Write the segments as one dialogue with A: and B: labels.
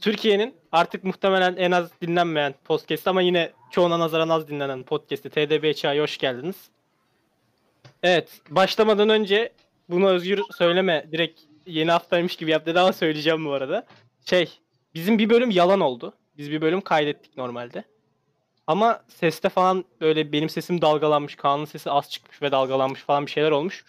A: Türkiye'nin artık muhtemelen en az dinlenmeyen podcast ama yine çoğuna nazaran az dinlenen podcast'i TDBHA'ya hoş geldiniz. Evet, başlamadan önce bunu Özgür söyleme direkt yeni haftaymış gibi yap dedi ama söyleyeceğim bu arada. Şey, bizim bir bölüm yalan oldu. Biz bir bölüm kaydettik normalde. Ama seste falan böyle benim sesim dalgalanmış, Kaan'ın sesi az çıkmış ve dalgalanmış falan bir şeyler olmuş.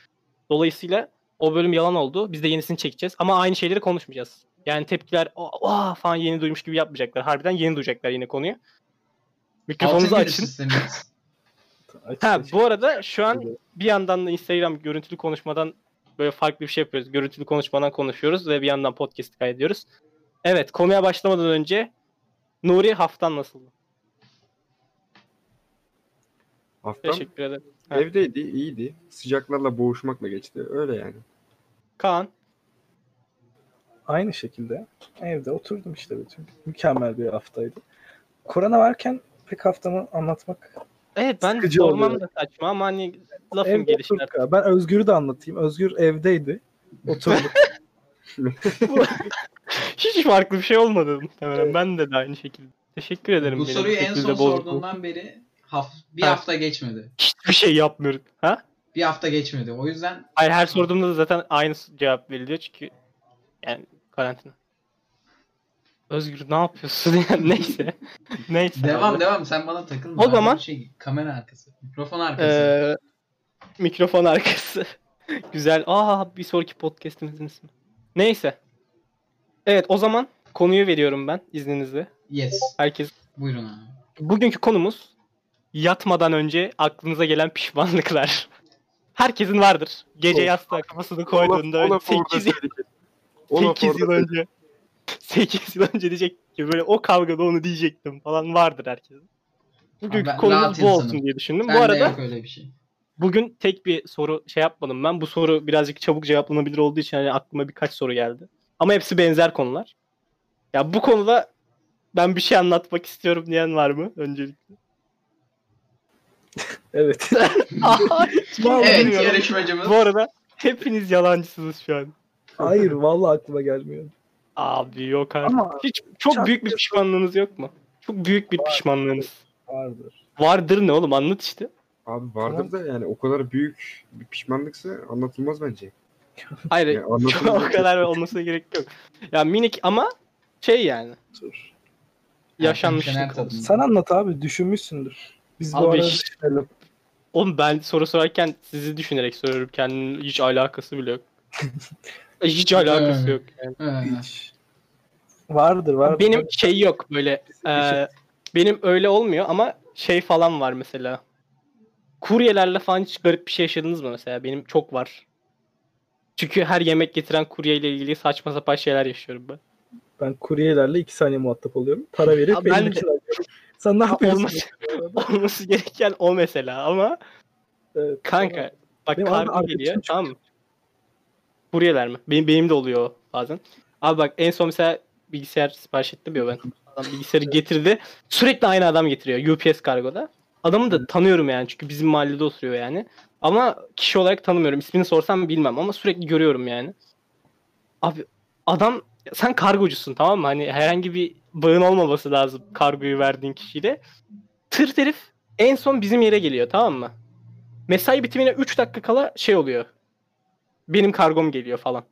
A: Dolayısıyla o bölüm yalan oldu. Biz de yenisini çekeceğiz ama aynı şeyleri konuşmayacağız. Yani tepkiler "Aa, aa" falan yeni duymuş gibi yapmayacaklar. Harbiden yeni duyacaklar yine konuyu. Mikrofonunuzu
B: Altın
A: açın.
B: sistemimiz.
C: Aç-
A: Ha
C: aç-
A: bu arada şu an bir yandan da Instagram görüntülü konuşmadan böyle farklı bir şey yapıyoruz. Görüntülü konuşmadan konuşuyoruz ve bir yandan podcast kaydediyoruz. Evet konuya başlamadan önce Nuri haftan nasıldı?
C: Haftam
A: Teşekkür ederim. Ha.
C: evdeydi, iyiydi. Sıcaklarla boğuşmakla geçti. Öyle yani.
A: Kaan.
D: aynı şekilde evde oturdum işte bütün. Mükemmel bir haftaydı. Korona varken pek haftamı anlatmak.
A: Evet ben
D: Sıkıcı
A: sormam
D: oluyor.
A: da saçma ama hani
D: Evde
A: lafın gelişine.
D: oturduk ya. Ben Özgür'ü de anlatayım. Özgür evdeydi. Oturduk.
A: Hiç farklı bir şey olmadı muhtemelen. Ben de, de aynı şekilde. Teşekkür ederim.
B: Bu
A: beni
B: soruyu en
A: şekilde
B: son
A: bozduğun-
B: sorduğundan beri haf- bir
A: Ha.
B: hafta geçmedi.
A: Hiçbir şey yapmıyorum. Ha?
B: Bir hafta geçmedi. O yüzden
A: Hayır her sorduğumda da zaten aynı cevap veriliyor çünkü yani karantina. Özgür ne yapıyorsun ya? Neyse. Neyse.
B: devam
A: abi.
B: devam sen bana takılma.
A: O
B: Ben
A: zaman-
B: bir Şey, kamera arkası. Mikrofon arkası.
A: Ee, mikrofon arkası. Güzel. Aa bir sonraki podcastimizin ismi. Neyse. Evet o zaman konuyu veriyorum ben izninizle.
B: yes.
A: Herkes
B: Buyurun abi.
A: Bugünkü konumuz yatmadan önce aklınıza gelen pişmanlıklar. Herkesin vardır. Gece
C: Of.
A: yastığa kafasını
C: Olaf-
A: koyduğunda
C: Olaf orada
A: 8,
C: tehlikeli. Olaf orada
A: yıl
C: tehlikeli.
A: önce 8 yıl önce diyecek ki böyle o kavgada onu diyecektim falan vardır herkesin. Bugünkü
B: Ben rahat
A: konumuz bu olsun
B: insanım.
A: diye düşündüm.
B: Ben
A: bu
B: de
A: arada
B: yok öyle bir şey.
A: Bugün tek bir soru şey yapmadım ben. Bu soru birazcık çabuk cevaplanabilir olduğu için hani aklıma birkaç soru geldi. Ama hepsi benzer konular. Ya bu konuda ben bir şey anlatmak istiyorum diyen var mı öncelikle?
D: evet.
A: Vallahi
B: Evet
A: bilmiyorum.
B: yarışmacımız.
A: Bu arada hepiniz yalancısınız şu an.
D: Hayır vallahi aklıma gelmiyor.
A: Abi yok abi.
D: Ama
A: Hiç çok
D: Çak-
A: büyük bir pişmanlığınız yok mu? Çok büyük bir pişmanlığınız.
D: vardır.
A: Vardır ne oğlum anlat işte.
C: Abi vardır
D: Tamam.
C: da yani o kadar büyük bir pişmanlıksa anlatılmaz bence.
A: Hayır
C: Ya, anlatılır
A: o
C: mı?
A: kadar olmasına gerek yok. Ya minik ama şey yani
D: Dur.
B: Şener
A: yaşanmışlık
B: tadında.
A: olsun.
D: Sen anlat abi düşünmüşsündür. Biz
A: Abi
D: bu arada
A: hiç-
D: düşünelim.
A: Oğlum ben soru sorarken sizi düşünerek soruyorum. Kendinin hiç alakası bile yok. hiç alakası
B: Yani.
A: yok. yani.
B: Ee,
D: Hiç. Vardır vardır.
A: Benim şey yok böyle.
D: Bir
A: e,
D: şey-
A: benim öyle olmuyor ama şey falan var mesela. Kuryelerle falan hiç garip bir şey yaşadınız mı mesela? Benim çok var. Çünkü her yemek getiren kuryeyle ilgili saçma sapan şeyler yaşıyorum ben.
D: ben kuryelerle iki saniye muhatap oluyorum. Para verip
A: Abi ben
D: elindeki
A: de-
D: alıyorum. Sen ne
A: Ha,
D: yapıyorsun?
A: olmaz. Olması gereken o mesela ama
D: Evet,
A: kanka bak
D: Benim arada
A: kargo
D: arkadaşım
A: geliyor
D: çok-
A: tamam mı? Kuryeler mi? Benim, benim de oluyor o bazen. Abi bak en son mesela bilgisayar sipariş ettim ya ben. Adam bilgisayarı getirdi. Sürekli aynı adam getiriyor UPS kargoda. Adamı da tanıyorum yani çünkü bizim mahallede oturuyor yani. Ama kişi olarak tanımıyorum. İsmini sorsam bilmem ama sürekli görüyorum yani. Abi adam sen kargocusun tamam mı? Hani herhangi bir bağın olmaması lazım kargoyu verdiğin kişiyle. Tırt herif en son bizim yere geliyor tamam mı? Mesai bitimine 3 dakika kala şey oluyor. Benim kargom geliyor falan.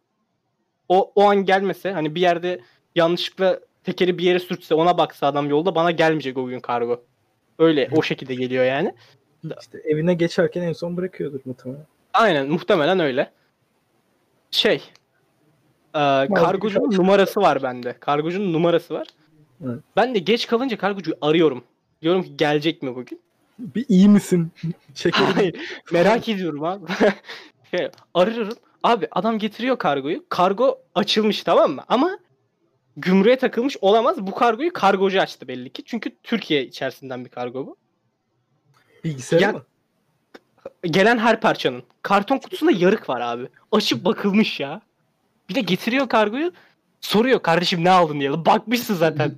A: O, o an gelmese hani bir yerde yanlışlıkla tekeri bir yere sürtse ona baksa adam yolda bana gelmeyecek o gün kargo. Öyle o şekilde geliyor yani.
D: İşte evine geçerken en son bırakıyordur muhtemelen.
A: Aynen muhtemelen öyle. Şey. e, kargocunun
D: bir-
A: numarası var bende. Kargocunun numarası var.
D: Evet.
A: Ben de geç kalınca kargocuyu arıyorum. Diyorum ki gelecek mi bugün?
D: Bir iyi misin? Çekelim.
A: Hayır. Merak ediyorum abi. şey, arıyorum. Abi adam getiriyor kargoyu. Kargo açılmış tamam mı? Ama gümrüğe takılmış olamaz. Bu kargoyu kargocu açtı belli ki. Çünkü Türkiye içerisinden bir kargo bu.
D: Bilgisayar
A: Ya-
D: mı?
A: Gelen her parçanın. Karton kutusunda yarık var abi. Açıp bakılmış ya. Bir de getiriyor kargoyu. Soruyor kardeşim ne aldın diye. Bakmışsın zaten.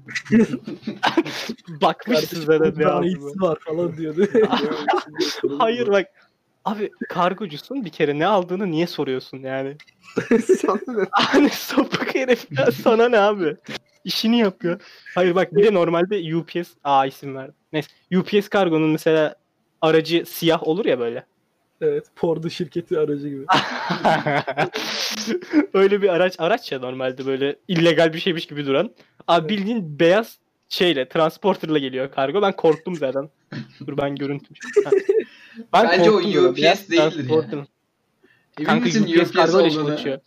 A: Bakmışsın zaten ne
D: daha
A: aldın.
D: iyisi var falan diyordu.
A: Hayır bak. Abi kargocusun bir kere ne aldığını niye soruyorsun yani?
C: Sen de-
A: Hani sapık herif ya sana ne abi? İşini yapıyor. Hayır bak bir de normalde UPS aa isim verdim. Neyse UPS kargonun mesela aracı siyah olur ya böyle.
D: Evet, Ford'un şirketi aracı gibi.
A: Ah, Öyle bir araç araç ya normalde böyle illegal bir şeymiş gibi duran. Abi bildiğin beyaz şeyle transporterla geliyor kargo. Ben korktum zaten. Dur ben görüntü. Ha.
B: Bence o
A: zaten.
B: UPS
A: Beyaz
B: değildir ya.
A: transporter.
B: Emin
A: Kanka
B: misin
A: UPS, kargo ile
B: olduğunu?
A: çalışıyor.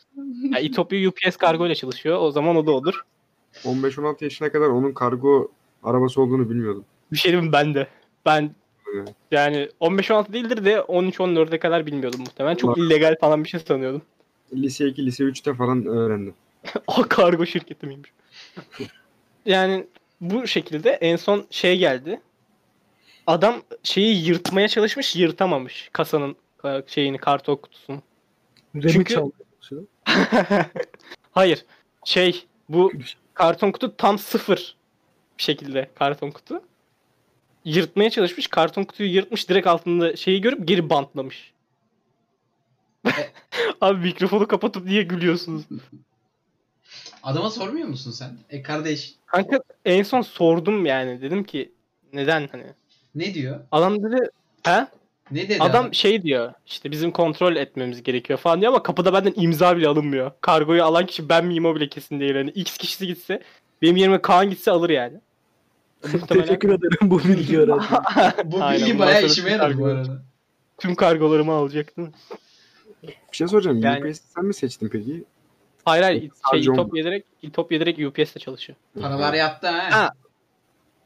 A: Ya İtopya UPS kargo ile çalışıyor. O zaman o da olur.
C: 15-16 yaşına kadar onun kargo arabası olduğunu bilmiyordum.
A: Bir şey diyeyim mi? ben de. Ben
C: Evet.
A: yani 15-16 değildir de 13-14'e kadar bilmiyordum muhtemelen. Çok
C: Bak.
A: illegal falan bir şey sanıyordum.
C: Lise 2, lise 3'te falan öğrendim.
A: O kargo şirketi miymiş? yani bu şekilde en son şey geldi. Adam şeyi yırtmaya çalışmış, yırtamamış. Kasanın e, şeyini, karton kutusunu.
D: Remi
A: Çünkü-
D: çalmaya çalışıyor.
A: Hayır. Şey, bu
D: Gülüş.
A: karton kutu tam sıfır bir şekilde karton kutu. Yırtmaya çalışmış. Karton kutuyu yırtmış. Direkt altında şeyi görüp geri bantlamış. Abi mikrofonu kapatıp niye gülüyorsunuz?
B: Adama sormuyor musun sen? E kardeş
A: Kanka en son sordum yani. Dedim ki neden hani.
B: ne diyor?
A: Adam dedi he?
B: Ne dedi
A: Adam şey diyor. işte bizim kontrol etmemiz gerekiyor falan diyor ama kapıda benden imza bile alınmıyor. Kargoyu alan kişi ben miyim o bile kesin değil. Hani X kişisi gitse benim yerime Kaan gitse alır yani. Muhtemelen
D: Teşekkür ederim bu bilgi öğrendiğim için.
B: Bu bilgi
A: Aynen, bundan
B: bayağı
A: sonra
B: işime yaradı bu
A: kargo.
B: arada.
A: tüm kargolarımı alacaktım.
C: Bir şey soracağım.
A: Yani-
C: UPS'i sen mi seçtin peki?
A: Hayır hayır şey,
C: Sadece
A: İtopya direkt, İtopya direkt UPS'le çalışıyor.
B: Paralar yattı ha.
A: Ha.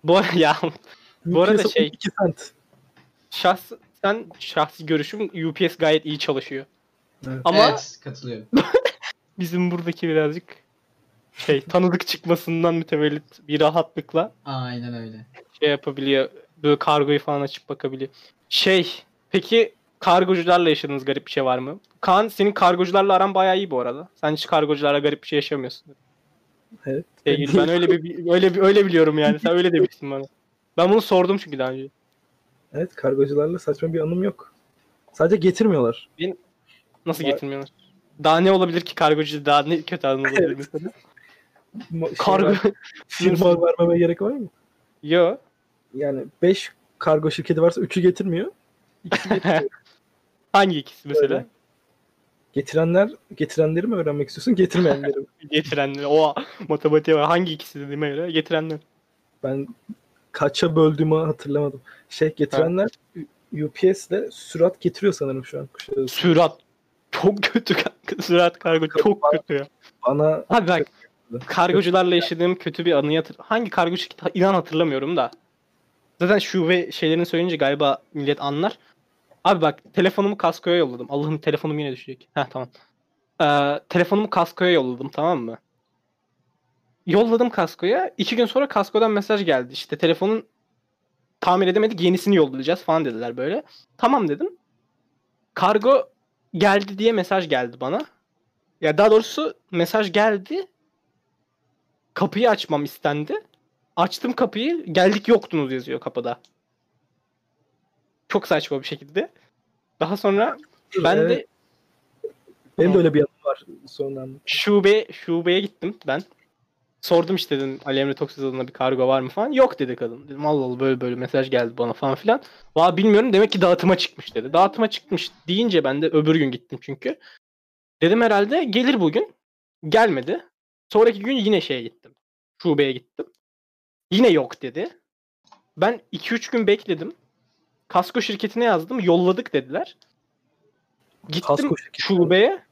A: Bu ya Bu arada
D: Piyasa
A: şey-
D: 12 sent.
A: şahsen şahsi görüşüm UPS gayet iyi çalışıyor. Ama
B: Evet katılıyorum.
A: bizim buradaki birazcık şey tanıdık çıkmasından mütevellit bir rahatlıkla
B: Aynen öyle.
A: şey yapabiliyor. Böyle kargoyu falan açıp bakabiliyor. Şey peki kargocularla yaşadığınız garip bir şey var mı? Kaan senin kargocularla aran bayağı iyi bu arada. Sen hiç kargocularla garip bir şey yaşamıyorsun.
D: Evet.
A: Sevgili, ben öyle bir öyle bir öyle biliyorum yani. Sen öyle demiştin bana. Ben bunu sordum çünkü daha önce.
D: Evet, kargocularla saçma bir anım yok. Sadece getirmiyorlar.
A: Nasıl
D: Var.
A: getirmiyorlar? Daha ne olabilir ki kargocu daha ne kötü adam olabilir
D: Evet.
A: mesela?
D: Ma- şey
A: Kargo
D: var, Firma vermeme gerek var mı?
A: yo.
D: Yani 5 kargo şirketi varsa 3'ü getirmiyor.
A: Hangi ikisi mesela?
D: Öyle. Getirenler, getirenleri mi öğrenmek istiyorsun? Getirmeyenleri mi?
A: Getirenler. O matematiğe var. Hangi ikisi dediğime göre getirenler.
D: Ben kaça böldüğümü hatırlamadım. Şey getirenler UPS'le sürat getiriyor sanırım şu an. Kuşadası.
A: Sürat çok kötü kanka. Sürat kargo çok kötü ya.
D: Bana
A: Abi bak kargocularla yaşadığım kötü bir anıyı hatır... Hangi kargo şirketi inan hatırlamıyorum da. Zaten şube şeylerini söyleyince galiba millet anlar. Abi bak telefonumu kaskoya yolladım. Allah'ım telefonum yine düşecek. Heh tamam. Ee, telefonumu kaskoya yolladım tamam mı? Yolladım kaskoya. İki gün sonra kaskodan mesaj geldi. İşte telefonun tamir edemedik yenisini yollayacağız falan dediler böyle. Tamam dedim. Kargo geldi diye mesaj geldi bana. Ya daha doğrusu mesaj geldi kapıyı açmam istendi. Açtım kapıyı. Geldik yoktunuz yazıyor kapıda. Çok saçma bir şekilde. Daha sonra ben de
D: benim de öyle bir yanım var sonradan.
A: şube şubeye gittim ben. Sordum işte dedim Ali Emre Toksöz adına bir kargo var mı falan. Yok dedi kadın. Dedim Allah Allah böyle böyle mesaj geldi bana falan filan. Valla bilmiyorum demek ki dağıtıma çıkmış dedi. Dağıtıma çıkmış deyince ben de öbür gün gittim çünkü. Dedim herhalde gelir bugün. Gelmedi. Sonraki gün yine şeye gittim. Şubeye gittim. Yine yok dedi. Ben 2-3 gün bekledim. Kasko şirketine yazdım. Yolladık dediler. Gittim
D: Kasko şirketi.
A: şubeye.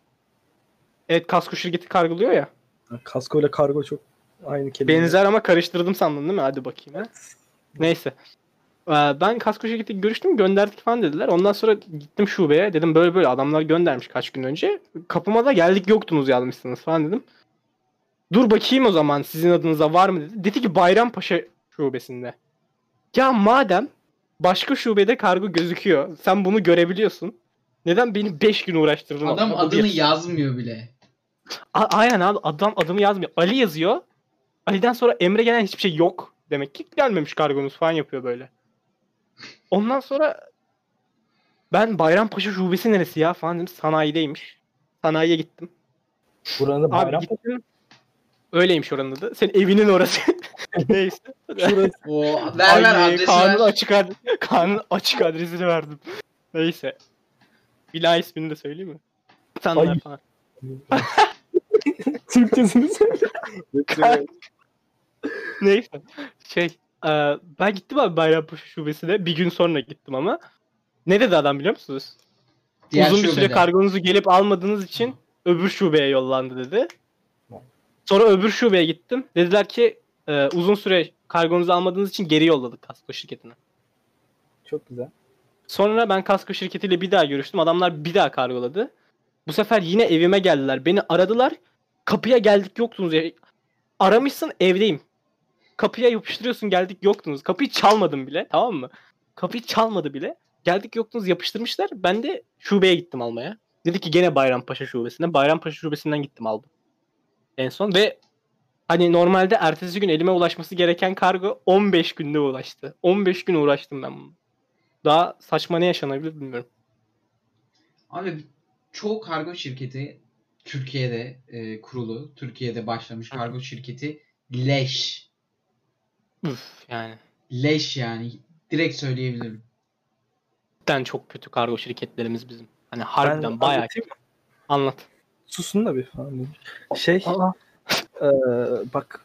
A: Evet kasko şirketi kargılıyor ya.
D: Kasko ile kargo çok aynı kelime.
A: Benzer ama karıştırdım sandın değil mi? Hadi bakayım. ha. Neyse. Ee, Ben kasko şirketi görüştüm gönderdik falan dediler. Ondan sonra gittim şubeye dedim böyle böyle adamlar göndermiş kaç gün önce. Kapıma da geldik yoktunuz yazmışsınız falan dedim. Dur bakayım o zaman sizin adınıza var mı dedi. Dedi ki Bayrampaşa şubesinde. Ya madem başka şubede kargo gözüküyor. Sen bunu görebiliyorsun. Neden beni 5 gün uğraştırdın?
B: Adam
A: Bu
B: adını
A: bir.
B: yazmıyor bile.
A: A- aynen abi adam adımı yazmıyor. Ali yazıyor. Ali'den sonra Emre gelen hiçbir şey yok. Demek ki gelmemiş kargonuz falan yapıyor böyle. Ondan sonra ben Bayrampaşa şubesi neresi ya falan dedim. Sanayideymiş. Sanayiye gittim.
D: Buranın da
A: Abi
D: bayram.
A: gittim. Öyleymiş oranın adı. Senin evinin orası. Neyse.
D: Şurası
B: O ver ver
A: Ay, e,
B: adresi
A: Kaan'ın
B: ver.
A: açık, ad Kaan'ın açık adresini verdim. Neyse. Bina ismini de söyleyeyim mi? İnsanlar
D: Ay.
A: falan.
D: Türkçesini söyle.
A: Kaan- Neyse. Şey. e, ben gittim abi Bayrampaşa şubesine. Bir gün sonra gittim ama. Ne dedi adam biliyor musunuz?
B: Diğer
A: Uzun bir süre
B: şubede.
A: kargonuzu gelip almadığınız için öbür şubeye yollandı dedi. Sonra öbür şubeye gittim. Dediler ki e, uzun süre kargonuzu almadığınız için geri yolladık kasko şirketine.
D: Çok güzel.
A: Sonra ben kasko şirketiyle bir daha görüştüm. Adamlar bir daha kargoladı. Bu sefer yine evime geldiler. Beni aradılar. Kapıya geldik yoktunuz. Ya. Aramışsın evdeyim. Kapıya yapıştırıyorsun geldik yoktunuz. Kapıyı çalmadım bile tamam mı? Kapıyı çalmadı bile. Geldik yoktunuz yapıştırmışlar. Ben de şubeye gittim almaya. Dedi ki gene Bayrampaşa şubesine. Bayrampaşa şubesinden gittim aldım. En son ve hani normalde ertesi gün elime ulaşması gereken kargo 15 günde ulaştı. 15 gün uğraştım ben bunu daha saçma ne yaşanabilir bilmiyorum.
B: Abi çoğu kargo şirketi Türkiye'de e, kurulu, Türkiye'de başlamış
A: Hı.
B: kargo şirketi leş.
A: Üf yani.
B: Leş yani. Direkt söyleyebilirim.
A: Cidden çok kötü kargo şirketlerimiz bizim. Hani harbiden
D: Ben
A: bayağı
D: anlatayım mı?
A: anlat.
D: Susun da bir falan. dedim. Şey eee, bak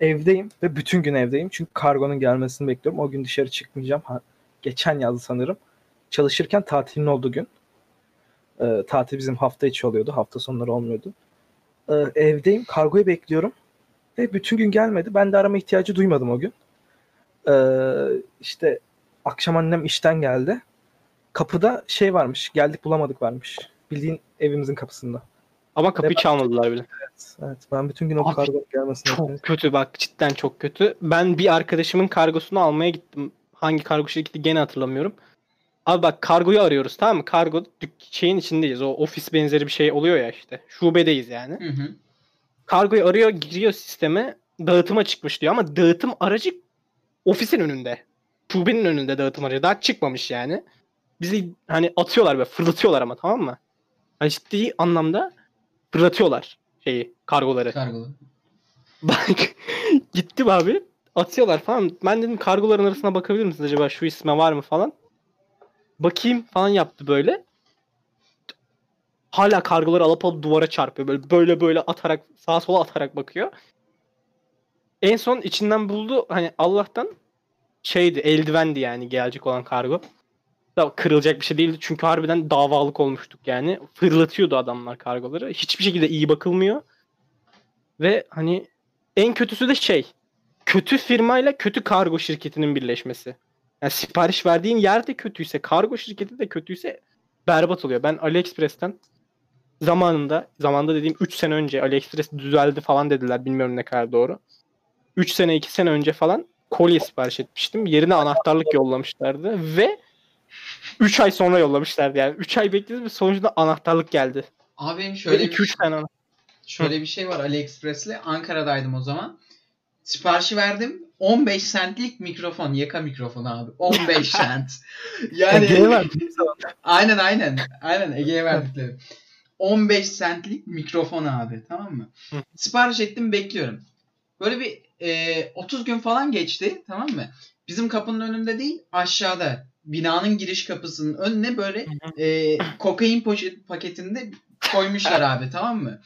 D: evdeyim ve bütün gün evdeyim. Çünkü kargonun gelmesini bekliyorum. O gün dışarı çıkmayacağım. Ha, geçen yaz sanırım. Çalışırken tatilin olduğu gün. Eee, tatil bizim hafta içi oluyordu. Hafta sonları olmuyordu. Eee, evdeyim. Kargoyu bekliyorum. Ve bütün gün gelmedi. Ben de arama ihtiyacı duymadım o gün. Eee işte akşam annem işten geldi. Kapıda şey varmış. Geldik bulamadık varmış. Bildiğin evimizin kapısında.
A: Ama kapıyı
D: Ne-
A: çalmadılar bile.
D: Evet, evet. Ben bütün gün o
A: Abi,
D: kargo gelmesini
A: Çok
D: bekledim.
A: kötü bak cidden çok kötü. Ben bir arkadaşımın kargosunu almaya gittim. Hangi kargo şirketi gene hatırlamıyorum. Abi bak kargoyu arıyoruz tamam mı? Kargo dük- şeyin içindeyiz. O ofis benzeri bir şey oluyor ya işte. Şubedeyiz yani.
B: Hı hı.
A: Kargoyu arıyor giriyor sisteme. Dağıtıma çıkmış diyor ama dağıtım aracı ofisin önünde. Şubenin önünde dağıtım aracı. Daha çıkmamış yani. Bizi hani atıyorlar ve fırlatıyorlar ama tamam mı? Hani ciddi anlamda fırlatıyorlar şeyi kargoları.
B: Kargolu.
A: Bak gittim abi atıyorlar falan. Ben dedim kargoların arasına bakabilir misiniz acaba şu isme var mı falan. Bakayım falan yaptı böyle. Hala kargoları alıp alıp duvara çarpıyor. Böyle böyle böyle atarak sağa sola atarak bakıyor. En son içinden buldu hani Allah'tan şeydi eldivendi yani gelecek olan kargo. Da kırılacak bir şey değildi çünkü harbiden davalık olmuştuk yani. Fırlatıyordu adamlar kargoları. Hiçbir şekilde iyi bakılmıyor. Ve hani en kötüsü de şey. Kötü firmayla kötü kargo şirketinin birleşmesi. Yani sipariş verdiğin yer de kötüyse, kargo şirketi de kötüyse berbat oluyor. Ben AliExpress'ten zamanında, zamanda dediğim 3 sene önce AliExpress düzeldi falan dediler. Bilmiyorum ne kadar doğru. 3 sene 2 sene önce falan kolye sipariş etmiştim. Yerine anahtarlık yollamışlardı ve 3 ay sonra yollamışlardı yani. 3 ay bekledim ve sonucunda anahtarlık geldi.
B: Abi benim şöyle
A: Şöyle
B: bir,
A: 2-3 tane
B: şöyle bir şey var AliExpress'le. Ankara'daydım o zaman. Siparişi verdim. 15 centlik mikrofon. Yaka mikrofonu abi. 15 cent.
A: E,
B: Yani
D: Ege'ye verdik.
B: Aynen aynen. Aynen Ege'ye verdikleri. 15 centlik mikrofon abi tamam mı?
A: Hı.
B: Sipariş ettim bekliyorum. Böyle bir e, 30 gün falan geçti tamam mı? Bizim kapının önünde değil aşağıda binanın giriş kapısının önüne böyle e, kokain poşet paketinde koymuşlar abi tamam mı?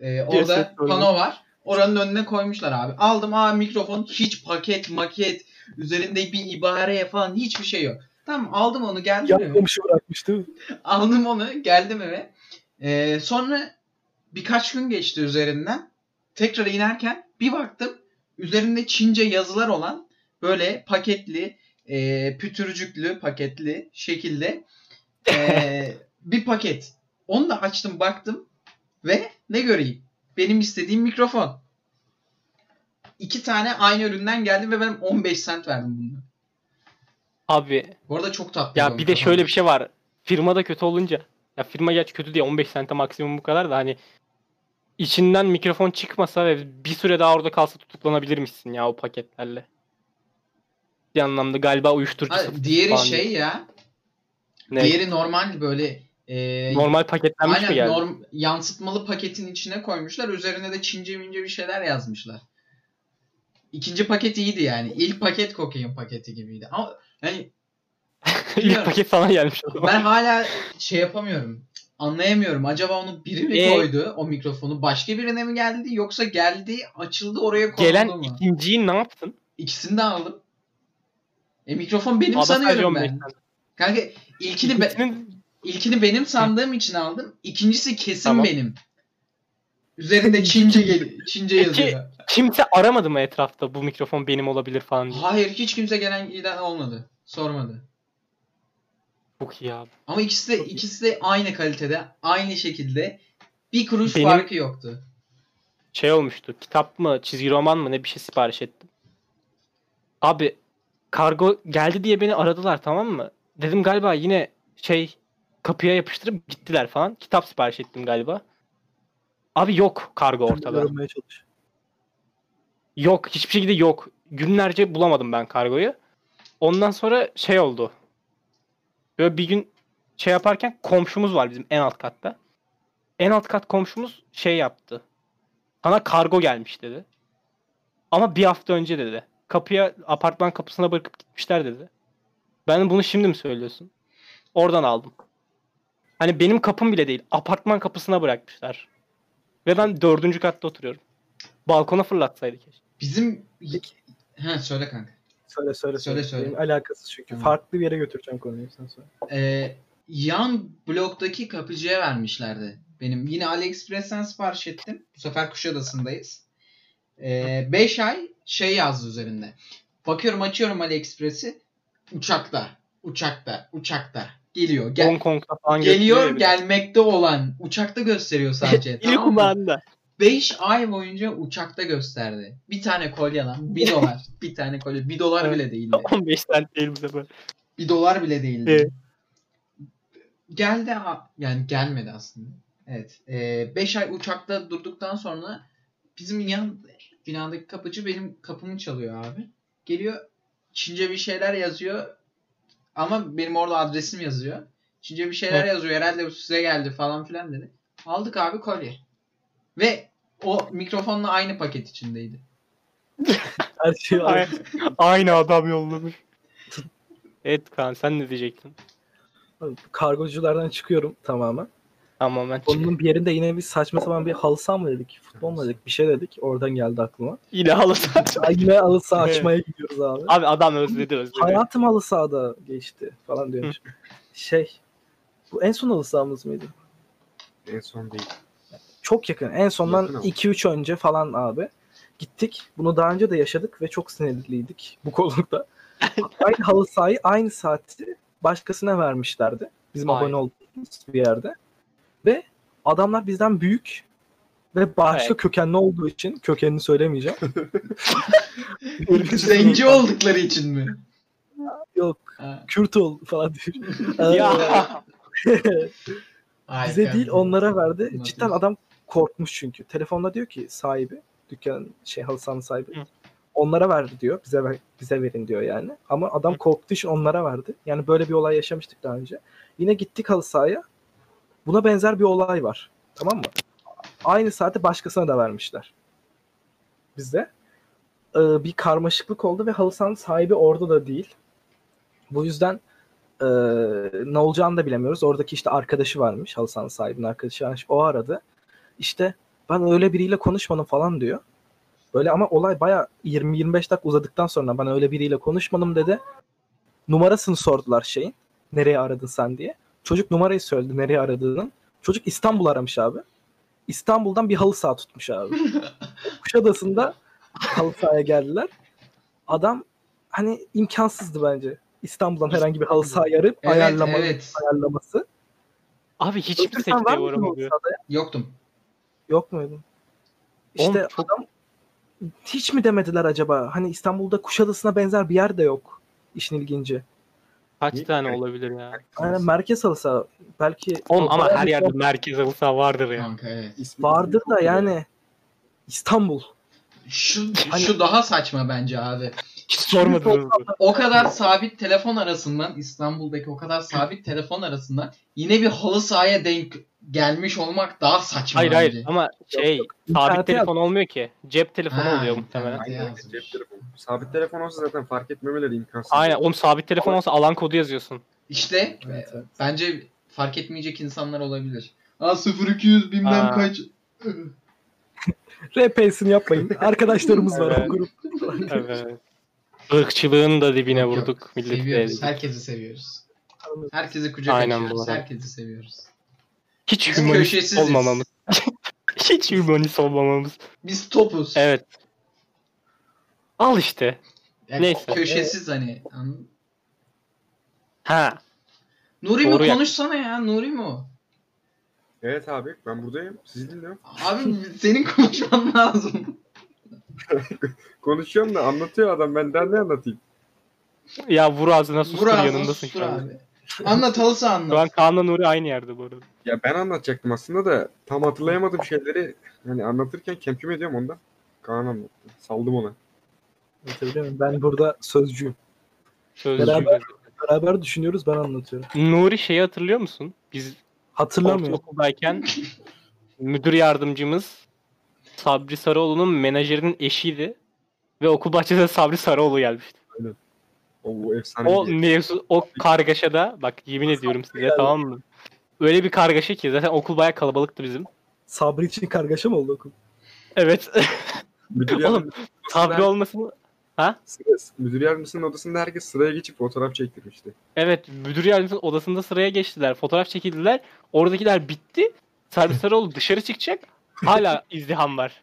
B: E, orada
A: Ceset koymuş.
B: pano var. Oranın önüne koymuşlar abi. Aldım aa mikrofon hiç paket maket üzerinde bir ibareye falan hiçbir şey yok. Tamam aldım onu geldim. eve.
D: Yapmamış bırakmış değil mi?
B: Aldım onu geldim eve. Ee, sonra birkaç gün geçti üzerinden. Tekrar inerken bir baktım üzerinde Çince yazılar olan böyle paketli, e, pütürcüklü paketli şekilde e, bir paket. Onu da açtım baktım ve ne göreyim? Benim istediğim mikrofon. İki tane aynı üründen geldi ve ben 15 cent verdim bunu.
A: Abi
B: Bu arada çok tatlı.
A: Ya bir de
B: mikrofon.
A: şöyle bir şey var. Firma da kötü olunca ya firma geç kötü diye 15 sente maksimum bu kadar da hani içinden mikrofon çıkmasa ve bir süre daha orada kalsa tutuklanabilirmişsin ya o paketlerle. Bir anlamda galiba uyuşturucu
B: Ha,
A: satışı
B: diğeri
A: falan
B: şey
A: diye.
B: ya.
A: Ne?
B: Diğeri normal böyle Ee,
A: Normal paketlenmiş mi
B: aynen
A: geldi?
B: norm, yansıtmalı paketin içine koymuşlar. Üzerine de Çince mince bir şeyler yazmışlar. İkinci paket iyiydi yani. İlk paket kokain paketi gibiydi. Ama yani
A: İlk
B: bilmiyorum.
A: paket sana gelmiş. o zaman.
B: ben hala şey yapamıyorum. Anlayamıyorum. Acaba onu biri mi
A: Ee?
B: koydu o mikrofonu? Başka birine mi geldi? Yoksa geldi açıldı oraya konuldu
A: Gelen
B: mu?
A: ikinciyi ne yaptın?
B: İkisini de aldım. E mikrofon benim
A: Ada sadece
B: sanıyorum
A: 15
B: ben.
A: tane.
B: Kanka ilkini, be-
A: İkisinin-
B: ilkini benim sandığım için aldım. İkincisi kesin
A: Tamam.
B: benim. Üzerinde Çince gel- Çince
A: Peki-
B: yazıyor.
A: kimse aramadı mı etrafta bu mikrofon benim olabilir falan diye.
B: Hayır hiç kimse gelen giden olmadı. Sormadı.
A: Çok iyi abi.
B: Ama ikisi de ikisi de aynı kalitede, aynı şekilde. Bir kuruş
A: Benim-
B: farkı yoktu.
A: Şey olmuştu. Kitap mı, çizgi roman mı ne bir şey sipariş ettim. Abi kargo geldi diye beni aradılar tamam mı? Dedim galiba yine şey kapıya yapıştırıp gittiler falan. Kitap sipariş ettim galiba. Abi yok kargo ortada.
D: Yorumlamaya çalış.
A: Yok hiçbir şekilde yok. Günlerce bulamadım ben kargoyu. Ondan sonra şey oldu. Böyle bir gün şey yaparken komşumuz var bizim en alt katta. En alt kat komşumuz şey yaptı. Sana kargo gelmiş dedi. Ama bir hafta önce dedi. Kapıya apartman kapısına bırakıp gitmişler dedi. Ben de bunu şimdi mi söylüyorsun? Oradan aldım. Hani benim kapım bile değil. Apartman kapısına bırakmışlar. Ve ben dördüncü katta oturuyorum. Balkona fırlatsaydı keşke.
B: Bizim He söyle kanka.
D: Söyle söyle
B: Söyle,
D: söyle.
B: söyle.
D: Benim alakasız çünkü.
B: Tamam.
D: Farklı bir yere götüreceğim konuyu sen söyle.
B: Ee, yan bloktaki kapıcıya vermişlerdi. Benim yine AliExpress'ten sipariş ettim. Bu sefer Kuşadası'ndayız. 5 ay şey yazdı üzerinde. Bakıyorum açıyorum AliExpress'i. Uçakta, uçakta, uçakta. Geliyor. Gel
A: Hong Kong'da falan
B: geliyor,
A: gösteriyor ya
B: gelmekte olan. Uçakta gösteriyor sadece.
A: bir de. İlk
B: tamam mı?
A: kulağında.
B: 5 ay boyunca uçakta gösterdi. Bir tane kolye lan. 1 dolar. Bir tane kolye. 1 dolar bile değildi.
A: 15 cent değil bu sefer.
B: Bir dolar bile değildi.
A: Evet.
B: Geldi ha- yani gelmedi aslında. Evet. 5 ay uçakta durduktan sonra bizim yan binadaki kapıcı benim kapımı çalıyor abi. Geliyor Çince bir şeyler yazıyor ama benim orada adresim yazıyor. Çince bir şeyler
A: Evet.
B: yazıyor herhalde bu size geldi falan filan dedi. Aldık abi kolye. Ve o mikrofonla aynı paket içindeydi.
D: Her şeyi
A: Ay- Aynı adam yollamış. evet Kaan sen ne diyecektin?
D: alıyorum. kargoculardan çıkıyorum tamamen.
A: Tamamen çık.
D: Onun bir yerinde yine bir saçma sapan bir halı saha mı dedik, futbol mu dedik, bir şey dedik. Oradan geldi aklıma.
A: Yine halı saha.
D: Ay, Yine halı saha
A: Evet.
D: açmaya gidiyoruz abi.
A: Abi adam özledi özledi.
D: Hayatım halı sahada geçti falan diyormuş. şey, bu en son halı sahamız mıydı?
C: En son değil.
D: Çok yakın. En sondan
C: Yakın ama.
D: 2-3 önce falan abi. Gittik. Bunu daha önce de yaşadık ve çok sinirliydik bu konuda. aynı halı sahayı aynı saati başkasına vermişlerdi. Bizim
A: Vay.
D: abone olduğumuz bir yerde. Ve adamlar bizden büyük ve başka
A: Evet.
D: kökenli olduğu için kökenini söylemeyeceğim.
B: Zenci oldukları için mi?
D: Yok.
B: Ha.
D: Kürt ol falan diyor. Ee,
A: ya
D: Bize
B: Harika.
D: değil onlara verdi.
B: Anladım.
D: Cidden adam korkmuş çünkü. Telefonda diyor ki sahibi, dükkan şey halı sahanın sahibi.
A: Hı.
D: Onlara verdi diyor. Bize ver- bize verin diyor yani. Ama adam
A: Hı.
D: korktuğu için onlara verdi. Yani böyle bir olay yaşamıştık daha önce. Yine gittik halı sahaya. Buna benzer bir olay var. Tamam mı? Aynı saati başkasına da vermişler. Bizde. Ee, bir karmaşıklık oldu ve halı sahanın sahibi orada da değil. Bu yüzden ee, ne olacağını da bilemiyoruz. Oradaki işte arkadaşı varmış. Halı sahanın sahibinin arkadaşı varmış. O aradı. İşte ben öyle biriyle konuşmadım falan diyor. Böyle ama olay baya 20-25 dakika uzadıktan sonra ben öyle biriyle konuşmadım dedi. Numarasını sordular şeyin. Nereye aradın sen diye. Çocuk numarayı söyledi nereye aradığının. Çocuk İstanbul aramış abi. İstanbul'dan bir halı saha tutmuş abi. Kuşadası'nda halı sahaya geldiler. Adam hani imkansızdı bence. İstanbul'dan herhangi bir halı sahayı arayıp
B: Evet,
D: ayarlama,
B: evet.
D: ayarlaması.
A: abi hiçbir
D: Sen
A: sekteye
D: var mıydın halı
A: uğramıyor.
D: sahada ya?
B: Yoktum.
D: Yok muydu?
A: Oğlum
D: İşte
A: çok-
D: adam hiç mi demediler acaba? Hani İstanbul'da Kuşadası'na benzer bir yer de yok. İşin ilginci.
A: Kaç tane olabilir ya?
D: Aynen merkez halı saha. Belki
A: Oğlum ama
D: Bayağı
A: her
D: bir-
A: yerde merkez halı saha vardır ya.
B: Kanka evet.
C: İsmi-
D: vardır
C: ismi
D: da
C: çok
D: yani İstanbul.
B: Şu
D: Hani-
B: şu daha saçma bence abi.
A: Hiç sormadınız.
B: O kadar sabit telefon arasından İstanbul'daki o kadar sabit telefon arasından yine bir halı sahaya denk gelmiş olmak daha saçma.
A: Hayır hayır
B: bence.
A: ama şey sabit
D: İnternete yaz.
A: telefon olmuyor ki. Cep telefonu
B: Ha,
A: oluyor
B: internet.
A: muhtemelen.
C: Aynen öyle,
B: Yazmış.
C: cep telefonu. Sabit telefon olsa zaten fark etmemeleri imkansız.
A: Aynen oğlum sabit telefon olsa alan kodu yazıyorsun.
B: İşte e,
D: Evet, evet.
B: bence fark etmeyecek insanlar olabilir. Aa 0200 bilmem
A: Aa.
B: kaç.
D: RP'sini yapmayın. Arkadaşlarımız var
A: Evet.
D: o grup.
A: Evet. Irkçılığın da dibine
B: Yok, yok.
A: vurduk milleti. de
B: Seviyoruz.
A: ezdik.
B: Herkesi seviyoruz. Herkesi kucak
A: Aynen bu
B: açıyoruz.
A: arada.
B: Herkesi seviyoruz.
A: Hiç
B: Biz
A: hümanist
B: köşesiziz.
A: olmamamız. Hiç hümanist olmamamız.
B: Biz topuz.
A: Evet. Al işte.
B: Yani
A: neyse.
B: Köşesiz hani. anladın?
A: Ha.
B: Nuri
A: Doğru
B: mi
A: ya.
B: konuşsana ya Nuri mi o?
C: Evet abi ben buradayım. Sizi dinliyorum.
B: Abi senin konuşman lazım.
C: Konuşuyorum da anlatıyor adam. Ben daha ne anlatayım?
A: Ya vur ağzına sustur
B: Vur ağzını
A: yanındasın
B: sustur
A: şu an.
B: abi. Anlat halısı
A: Şu an
B: anlat.
A: Kaan'la Nuri aynı yerde bu arada.
C: Ya ben anlatacaktım aslında da tam hatırlayamadığım şeyleri hani anlatırken kemküm ediyorum ondan. Kaan anlattı. Saldım ona.
D: Anlatabiliyor muyum? Ben burada sözcüyüm.
A: Sözcü
D: Beraber-
A: gazete.
D: Beraber düşünüyoruz ben anlatıyorum.
A: Nuri şeyi hatırlıyor musun? Biz
D: Hatırlamıyorum.
A: ortaokuldayken müdür yardımcımız Sabri Sarıoğlu'nun menajerinin eşiydi. Ve okul bahçesine Sabri Sarıoğlu gelmişti.
C: O bu efsane
A: O
C: bir yer.
A: mevzu, o kargaşada bak yemin ediyorum size tamam mı? Öyle bir kargaşa ki zaten okul bayağı kalabalıktı bizim.
D: Sabri için kargaşa mı oldu okul?
A: Evet.
C: Müdür
A: Oğlum Sabri
C: odasında
A: olmasın.
C: herkes- müdür yardımcısının odasında herkes sıraya geçip fotoğraf çektirmişti.
A: Evet müdür yardımcısının odasında sıraya geçtiler. Fotoğraf çekildiler. Oradakiler bitti. Sabri Sarıoğlu dışarı çıkacak. Hala izdiham var.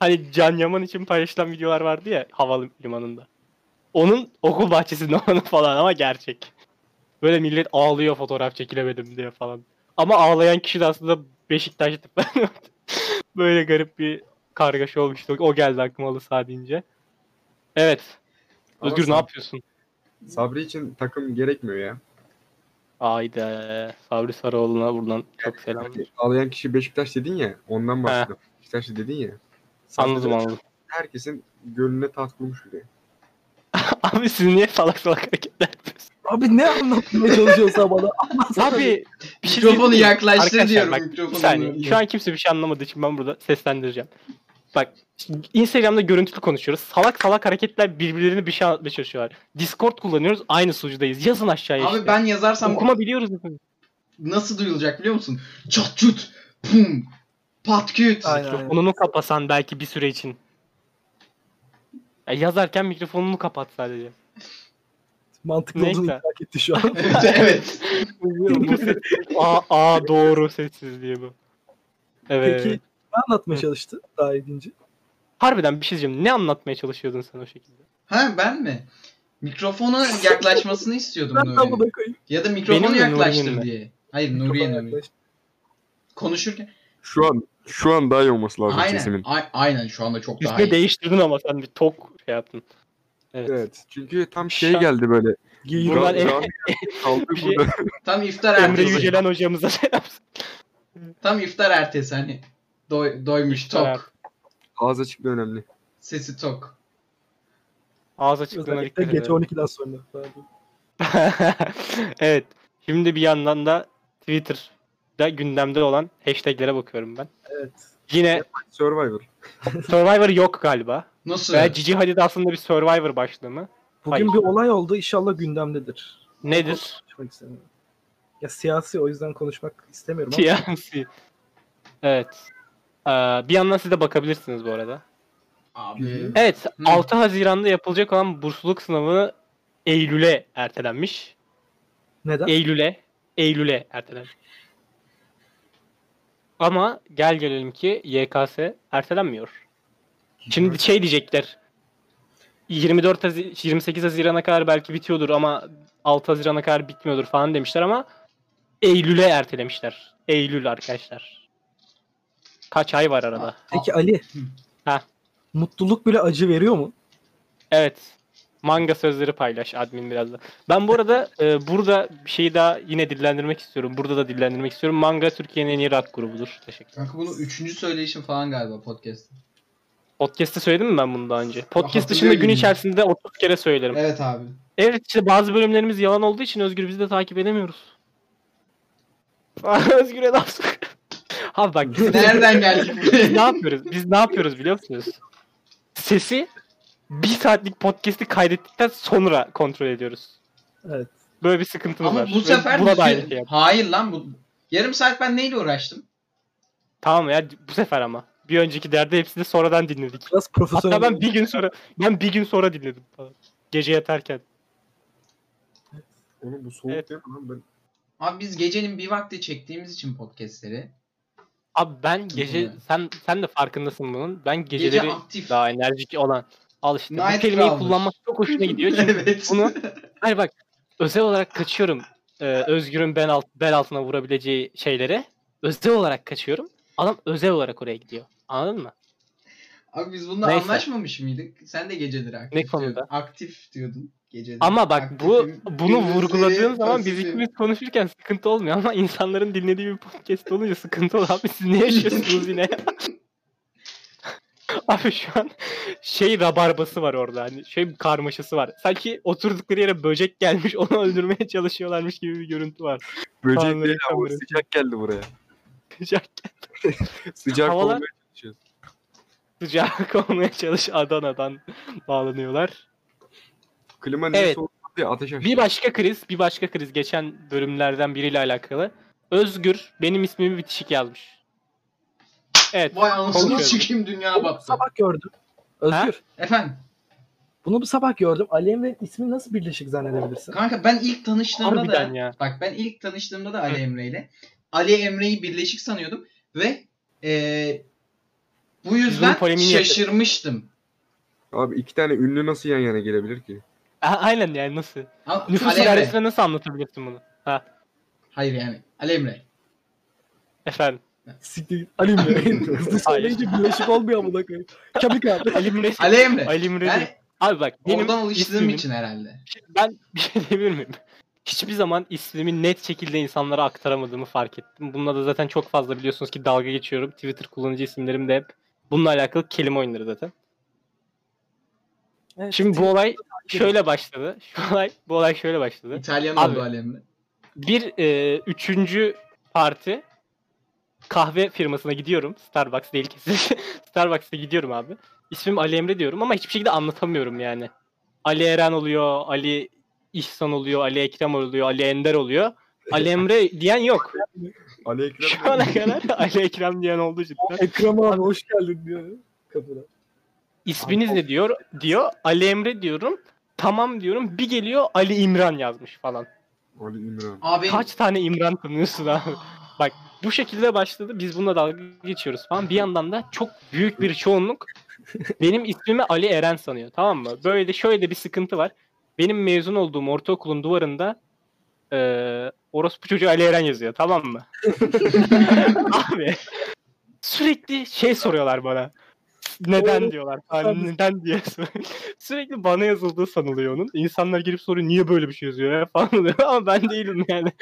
A: Hani Can Yaman için paylaşılan videolar vardı ya havalimanında. Onun okul bahçesinde olanı falan ama gerçek. Böyle millet ağlıyor fotoğraf çekilemedim diye falan. Ama ağlayan kişi de aslında Beşiktaş'tı. Böyle garip bir kargaşa olmuştu. O geldi aklıma alı sadince. Evet.
C: Ama
A: Özgür ne
C: Sab-
A: yapıyorsun?
C: Sabri için takım gerekmiyor ya.
A: Ayda Sabri Sarıoğlu'na buradan çok selam.
C: Yani Hani ağlayan kişi Beşiktaş dedin ya. Ondan bahsediyorum. Beşiktaş dedin ya. Sabri
A: Anladım
C: de
A: anladım.
C: Herkesin gönlüne taht kurmuş biri.
A: Abi siz niye salak salak hareketler yapıyorsunuz?
D: Abi ne anlatmaya çalışıyorsa bana? Anlatsana.
A: Abi bir şey diyeyim
B: Mikrofonu
A: mi?
B: yaklaştır
A: Arkadaşlar
B: diyorum.
A: bak, Bir
B: mikrofonu.
A: saniye. Şu an kimse bir şey anlamadığı için ben burada seslendireceğim. Bak şimdi Instagram'da görüntülü konuşuyoruz. Salak salak hareketler birbirlerine bir şey anlatmaya çalışıyorlar. Discord kullanıyoruz. Aynı sucudayız. Yazın aşağıya
B: Abi
A: işte.
B: ben yazarsam
A: Okuma biliyoruz.
B: nasıl duyulacak biliyor musun? Çat çut. Pum. Pat küt.
D: Aynen, aynen.
A: Mikrofonunu kapasan belki bir süre için. Ya yazarken mikrofonunu kapat sadece.
D: Mantıklı
A: Neyse.
D: olduğunu fark etti şu an.
B: Evet, evet.
A: Bu ses- aa, aa doğru sessizliği bu. Evet.
D: Peki ne anlatmaya çalıştı daha ilginci?
A: Harbiden bir şey diyeceğim. Ne anlatmaya çalışıyordun sen o şekilde?
B: Ha ben mi? Mikrofona yaklaşmasını istiyordum
D: Ben tam
B: böyle.
D: buna koyayım.
B: Ya da mikrofonu
A: Benim mi, Nuriye'nin
B: yaklaştır
A: mi?
B: diye. Hayır Nuriye
D: Kafana
B: Nuriye.
D: yaklaştı.
B: Konuşurken.
C: Şu an şu an daha iyi olması lazım
B: Aynen.
C: sesimin.
B: a- aynen şu anda çok daha
A: Üstüne
B: iyi.
A: değiştirdin ama sen bir tok şey yaptın. Evet.
C: Evet. Çünkü tam şey
A: Şan-
C: geldi böyle.
D: Giyin.
A: Buradan
C: Can-
A: en-
C: can- kaldı
A: bir şey-
C: burada.
B: Tam iftar
A: Emre
B: ertesi.
A: Yücelen hocamıza şey yapsın.
B: Tam iftar ertesi hani. Doy- doymuş tok.
A: ertesi.
C: Ağız açıklığı önemli.
B: Sesi tok.
A: Ağız açıklığına
D: Özellikle
A: dikkat
D: gece
A: edin.
D: 12'den sonra. falan.
A: evet. Şimdi bir yandan da Twitter'da gündemde olan hashtaglere bakıyorum ben.
D: Evet.
A: Yine
C: Survivor.
A: Survivor yok galiba.
B: Nasıl?
A: Veya Cici Hadid aslında bir Survivor başlığı mı?
D: Bugün
A: Hayır.
D: bir olay oldu. İnşallah gündemdedir.
A: Nedir?
D: Konuşmak istemiyorum. Ya siyasi o yüzden konuşmak istemiyorum ama
A: TLC. Evet. Ee, bir yandan siz de bakabilirsiniz bu arada.
B: Abi.
A: Evet,
B: Hmm.
A: 6 Haziran'da yapılacak olan bursluluk sınavı Eylül'e ertelenmiş.
D: neden?
A: Eylül'e, Eylül'e ertelenmiş. Ama gel gelelim ki YKS ertelenmiyor. Şimdi şey diyecekler. 24 Hazi- 28 Haziran'a kadar belki bitiyordur ama 6 Haziran'a kadar bitmiyordur falan demişler ama Eylül'e ertelemişler. Eylül arkadaşlar. Kaç ay var arada?
D: Peki Ali.
A: Ha.
D: Mutluluk bile acı veriyor mu?
A: Evet. Manga sözleri paylaş admin biraz da. Ben bu arada e, burada bir şeyi daha yine dillendirmek istiyorum. Burada da dillendirmek istiyorum. Manga Türkiye'nin en iyi rock grubudur. Teşekkür
B: Kanka bunu üçüncü söyleyişim falan galiba podcast.
A: Podcast'te söyledim mi ben bunu daha önce? Podcast dışında
B: hatırlıyorum.
A: gün içerisinde 30 kere söylerim. Evet.
B: Evet abi.
A: işte bazı bölümlerimiz yalan olduğu için Özgür bizi de takip edemiyoruz. Özgür'e laf sok- Abi bak
B: Nereden geldik buraya?
A: biz ne yapıyoruz? Biz ne yapıyoruz biliyor musunuz? Sesi bir saatlik podcast'i kaydettikten sonra kontrol ediyoruz.
D: Evet.
A: Böyle bir sıkıntımız var.
B: Ama bu
A: Ve
B: sefer
A: buna da aynı
B: düzgün-
A: şey yap-
B: Hayır lan bu. Yarım saat ben neyle uğraştım?
A: Tamam ya bu sefer ama. Bir önceki derde hepsini sonradan dinledik.
D: Biraz profesyonel.
A: Hatta ben bir gün sonra ben bir gün sonra dinledim falan. Gece yatarken.
C: Oğlum bu soğuk
A: Evet.
C: değil mi lan? Ben
B: Abi biz gecenin bir vakti çektiğimiz için podcastleri.
A: Abi ben gece
B: Evet.
A: sen sen de farkındasın bunun. Ben
B: Hmm. Gece
A: geceleri
B: aktif.
A: daha enerjik olan al işte. bu
B: Night
A: kelimeyi
B: Prowler.
A: kullanmak çok hoşuna gidiyor. Çünkü
B: evet.
A: bunu hayır bak özel olarak kaçıyorum. Ee, Özgür'ün bel, alt, bel altına vurabileceği şeylere özel olarak kaçıyorum. Adam özel olarak oraya gidiyor. Anladın mı?
B: Abi biz bununla
A: Neyse.
B: anlaşmamış mıydık? Sen de geceleri aktif
A: Ne konuda?
B: diyordun. Aktif diyordun geceleri.
A: Ama bak bu
B: Aktifim,
A: bunu
B: gündüzleri
A: vurguladığın zaman biz
B: pasifim.
A: ikimiz konuşurken sıkıntı olmuyor ama insanların dinlediği bir podcast olunca sıkıntı oluyor. Abi siz ne yaşıyorsunuz yine? Abi şu an şey rabarbası var orada hani şey karmaşası var. Sanki oturdukları yere böcek gelmiş onu öldürmeye çalışıyorlarmış gibi bir görüntü var.
E: Böcek
A: Tanrı
E: değil abi
A: kahretsin.
E: sıcak geldi buraya. Sıcak
A: Havalar-
E: olmaya çalışıyoruz.
A: Sıcak olmaya çalış Adana'dan bağlanıyorlar.
C: klima niye
A: Evet.
C: soğuk diye ateş açtı.
A: Bir başka kriz, bir başka kriz geçen bölümlerden biriyle alakalı. Özgür benim ismimi bitişik yazmış. Evet.
B: Vay anasını
A: Konuşuyorum.
B: sikeyim dünya
D: Bunu bu
B: battı.
D: sabah gördüm. Özgür.
B: Efendim
D: Bunu bu sabah gördüm. Ali Emre'nin ismi nasıl birleşik zannedebilirsin?
B: kanka ben ilk tanıştığımda
A: Harbiden
B: da
A: ya.
B: bak ben ilk tanıştığımda da Ali Emre ile Ali Emre'yi birleşik sanıyordum ve eee, bu
A: bunun
B: yüzden
A: polemiğini yaşadık.
B: şaşırmıştım.
C: Abi iki tane ünlü nasıl yan yana gelebilir ki?
A: A- aynen yani nasıl?
B: Ama
A: Nüfus
B: Ali Emre.
A: idaresine nasıl anlatabilirsin bunu?
B: Hayır yani Ali Emre.
A: Efendim.
D: Siktir git. Ali Emre. Hızlı söyleyince birleşik olmuyor amına koyayım. Kamik abi.
A: Ali Emre.
B: Ali Emre.
A: Ali Emre.
B: Yani
A: Abi bak benim
B: oradan alıştığım
A: ismimin-
B: için herhalde.
A: Şimdi Ben bir şey diyebilir miyim? Hiçbir zaman ismimi net şekilde insanlara aktaramadığımı fark ettim. Bununla da zaten çok fazla biliyorsunuz ki dalga geçiyorum. Twitter kullanıcı isimlerim de hep bununla alakalı kelime oyunları zaten.
D: Evet,
A: Şimdi bu olay şöyle başladı. Şu olay bu olay şöyle başladı.
B: İtalyan
A: Abi.
B: oldu Ali Emre.
A: Bir e, üçüncü parti kahve firmasına gidiyorum. Starbucks değil kesin. Starbucks'a gidiyorum abi. İsmim Ali Emre diyorum ama hiçbir şekilde anlatamıyorum yani. Ali Eren oluyor, Ali İhsan oluyor, Ali Ekrem oluyor, Ali Ender oluyor. Ali Emre diyen yok.
C: Ali Ekrem
A: Şu ana kadar Ali Ekrem diyen oldu cidden.
D: Ekrem abi hoş geldin diyor. Kapıda.
A: İsminiz ne diyor? Diyor. Ali Emre diyorum. Tamam diyorum. Bir geliyor Ali İmran yazmış falan.
C: Ali İmran.
B: Abi
A: Kaç tane İmran tanıyorsun abi? Bak bu şekilde başladı. Biz bununla dalga geçiyoruz falan. Bir yandan da çok büyük bir çoğunluk benim ismimi Ali Eren sanıyor. Tamam mı? Böyle de şöyle de bir sıkıntı var. Benim mezun olduğum ortaokulun duvarında eee orospu çocuğu Ali Eren yazıyor. Tamam mı? Abi sürekli şey soruyorlar bana. Neden
D: Doğru.
A: diyorlar. falan, neden diye soruyor. Sürekli bana yazıldığı sanılıyor onun. İnsanlar gelip soruyor niye böyle bir şey yazıyor ya falan oluyor. Ama ben değilim yani.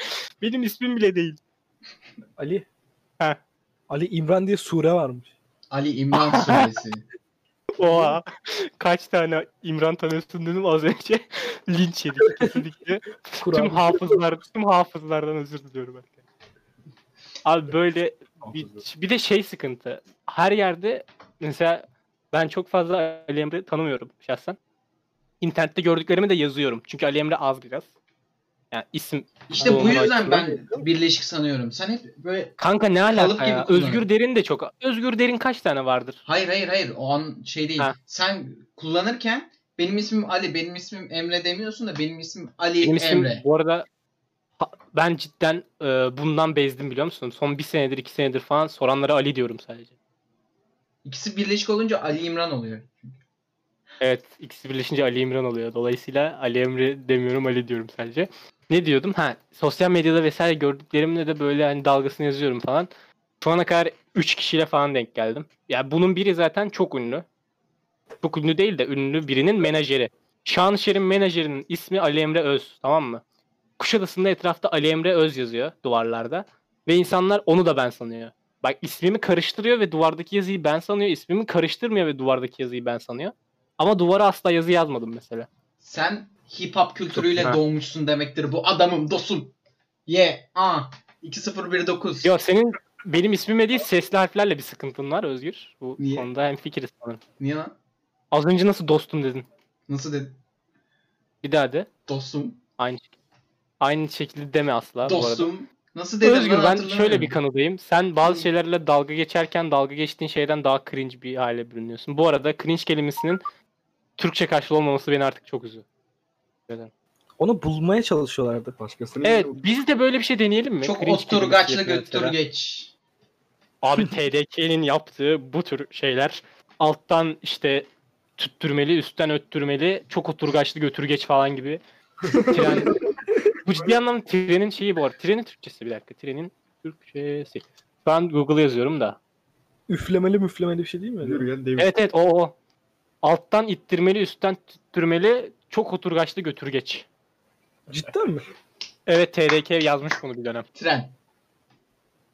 A: Benim ismim bile değil.
D: Ali.
A: He.
D: Ali İmran diye sure varmış.
B: Ali İmran suresi.
A: Oha. Kaç tane İmran tanıyorsun dedim az önce. Linç yedik kesinlikle. tüm
D: Kur'an.
A: hafızlar, tüm hafızlardan özür diliyorum. Ben. Abi böyle bir, bir de şey sıkıntı. Her yerde mesela ben çok fazla Ali Emre tanımıyorum şahsen. İnternette gördüklerimi de yazıyorum. Çünkü Ali Emre az biraz. Yani isim.
B: İşte bu
A: Doğru,
B: yüzden
A: haklı.
B: ben birleşik sanıyorum. Sen hep böyle
A: Kanka ne
B: Kalıp
A: alaka
B: gibi
A: ya?
B: kullanıyorum.
A: Özgür Derin de çok. Özgür Derin kaç tane vardır?
B: hayır hayır hayır o an şey değil.
A: Ha.
B: Sen kullanırken benim ismim Ali, benim ismim Emre demiyorsun da benim ismim Ali
A: Benim ismim
B: Emre.
A: bu arada ha- ben cidden e, bundan bezdim biliyor musun? Son bir senedir iki senedir falan soranlara Ali diyorum sadece.
B: İkisi birleşik olunca Ali İmran oluyor.
A: Evet ikisi birleşince Ali İmran oluyor. Dolayısıyla Ali Emre demiyorum Ali diyorum sadece. Ne diyordum? Ha sosyal medyada vesaire gördüklerimle de böyle hani dalgasını yazıyorum falan. Şu ana kadar 3 kişiyle falan denk geldim. Ya bunun biri zaten çok ünlü. Çok ünlü değil de ünlü birinin menajeri. Şanışer'in menajerinin ismi Ali Emre Öz tamam mı? Kuşadası'nda etrafta Ali Emre Öz yazıyor duvarlarda. Ve insanlar onu da ben sanıyor. Bak ismimi karıştırıyor ve duvardaki yazıyı ben sanıyor. İsmimi karıştırmıyor ve duvardaki yazıyı ben sanıyor. Ama duvara asla yazı yazmadım mesela.
B: Sen hip hop kültürüyle
C: Ha.
B: doğmuşsun demektir bu adamım dostum. Ye. A. 2019.
A: Yok senin benim ismime değil sesli harflerle bir sıkıntın var Özgür. Bu
B: Niye?
A: konuda hem fikiriz sanırım.
B: Niye lan?
A: Az önce nasıl dostum dedin.
B: Nasıl dedin?
A: Bir daha de.
B: Dostum.
A: Aynı şekilde. Aynı şekilde deme asla bu arada.
B: dostum. Nasıl dedim
A: Özgür ben şöyle
B: hatırlamıyorum.
A: bir kanıdayım. Sen bazı
B: Hı.
A: şeylerle dalga geçerken dalga geçtiğin şeyden daha cringe bir hale bürünüyorsun. Bu arada cringe kelimesinin Türkçe karşılığı olmaması beni artık çok üzüyor.
D: Onu bulmaya çalışıyorlardı.
C: Başkasının
A: Evet biz de böyle bir şey deneyelim mi?
B: Çok
A: Cringe şey
B: oturgaçlı
A: kelimesi
B: götür
A: mesela.
B: geç.
A: Abi TDK'nin yaptığı bu tür şeyler alttan işte tüttürmeli, üstten öttürmeli, çok oturgaçlı götürgeç falan gibi. Tren. bu ciddi anlamda trenin şeyi bu arada. Trenin Türkçesi bir dakika. Trenin Türkçesi. Ben Google yazıyorum da.
D: Üflemeli müflemeli bir şey değil mi? öyle?
C: yürüyen dev.
A: Evet evet o o. Alttan ittirmeli, üstten tüttürmeli, çok oturgaçlı götürgeç.
D: Cidden mi?
A: Evet TDK yazmış bunu bir dönem.
B: Tren.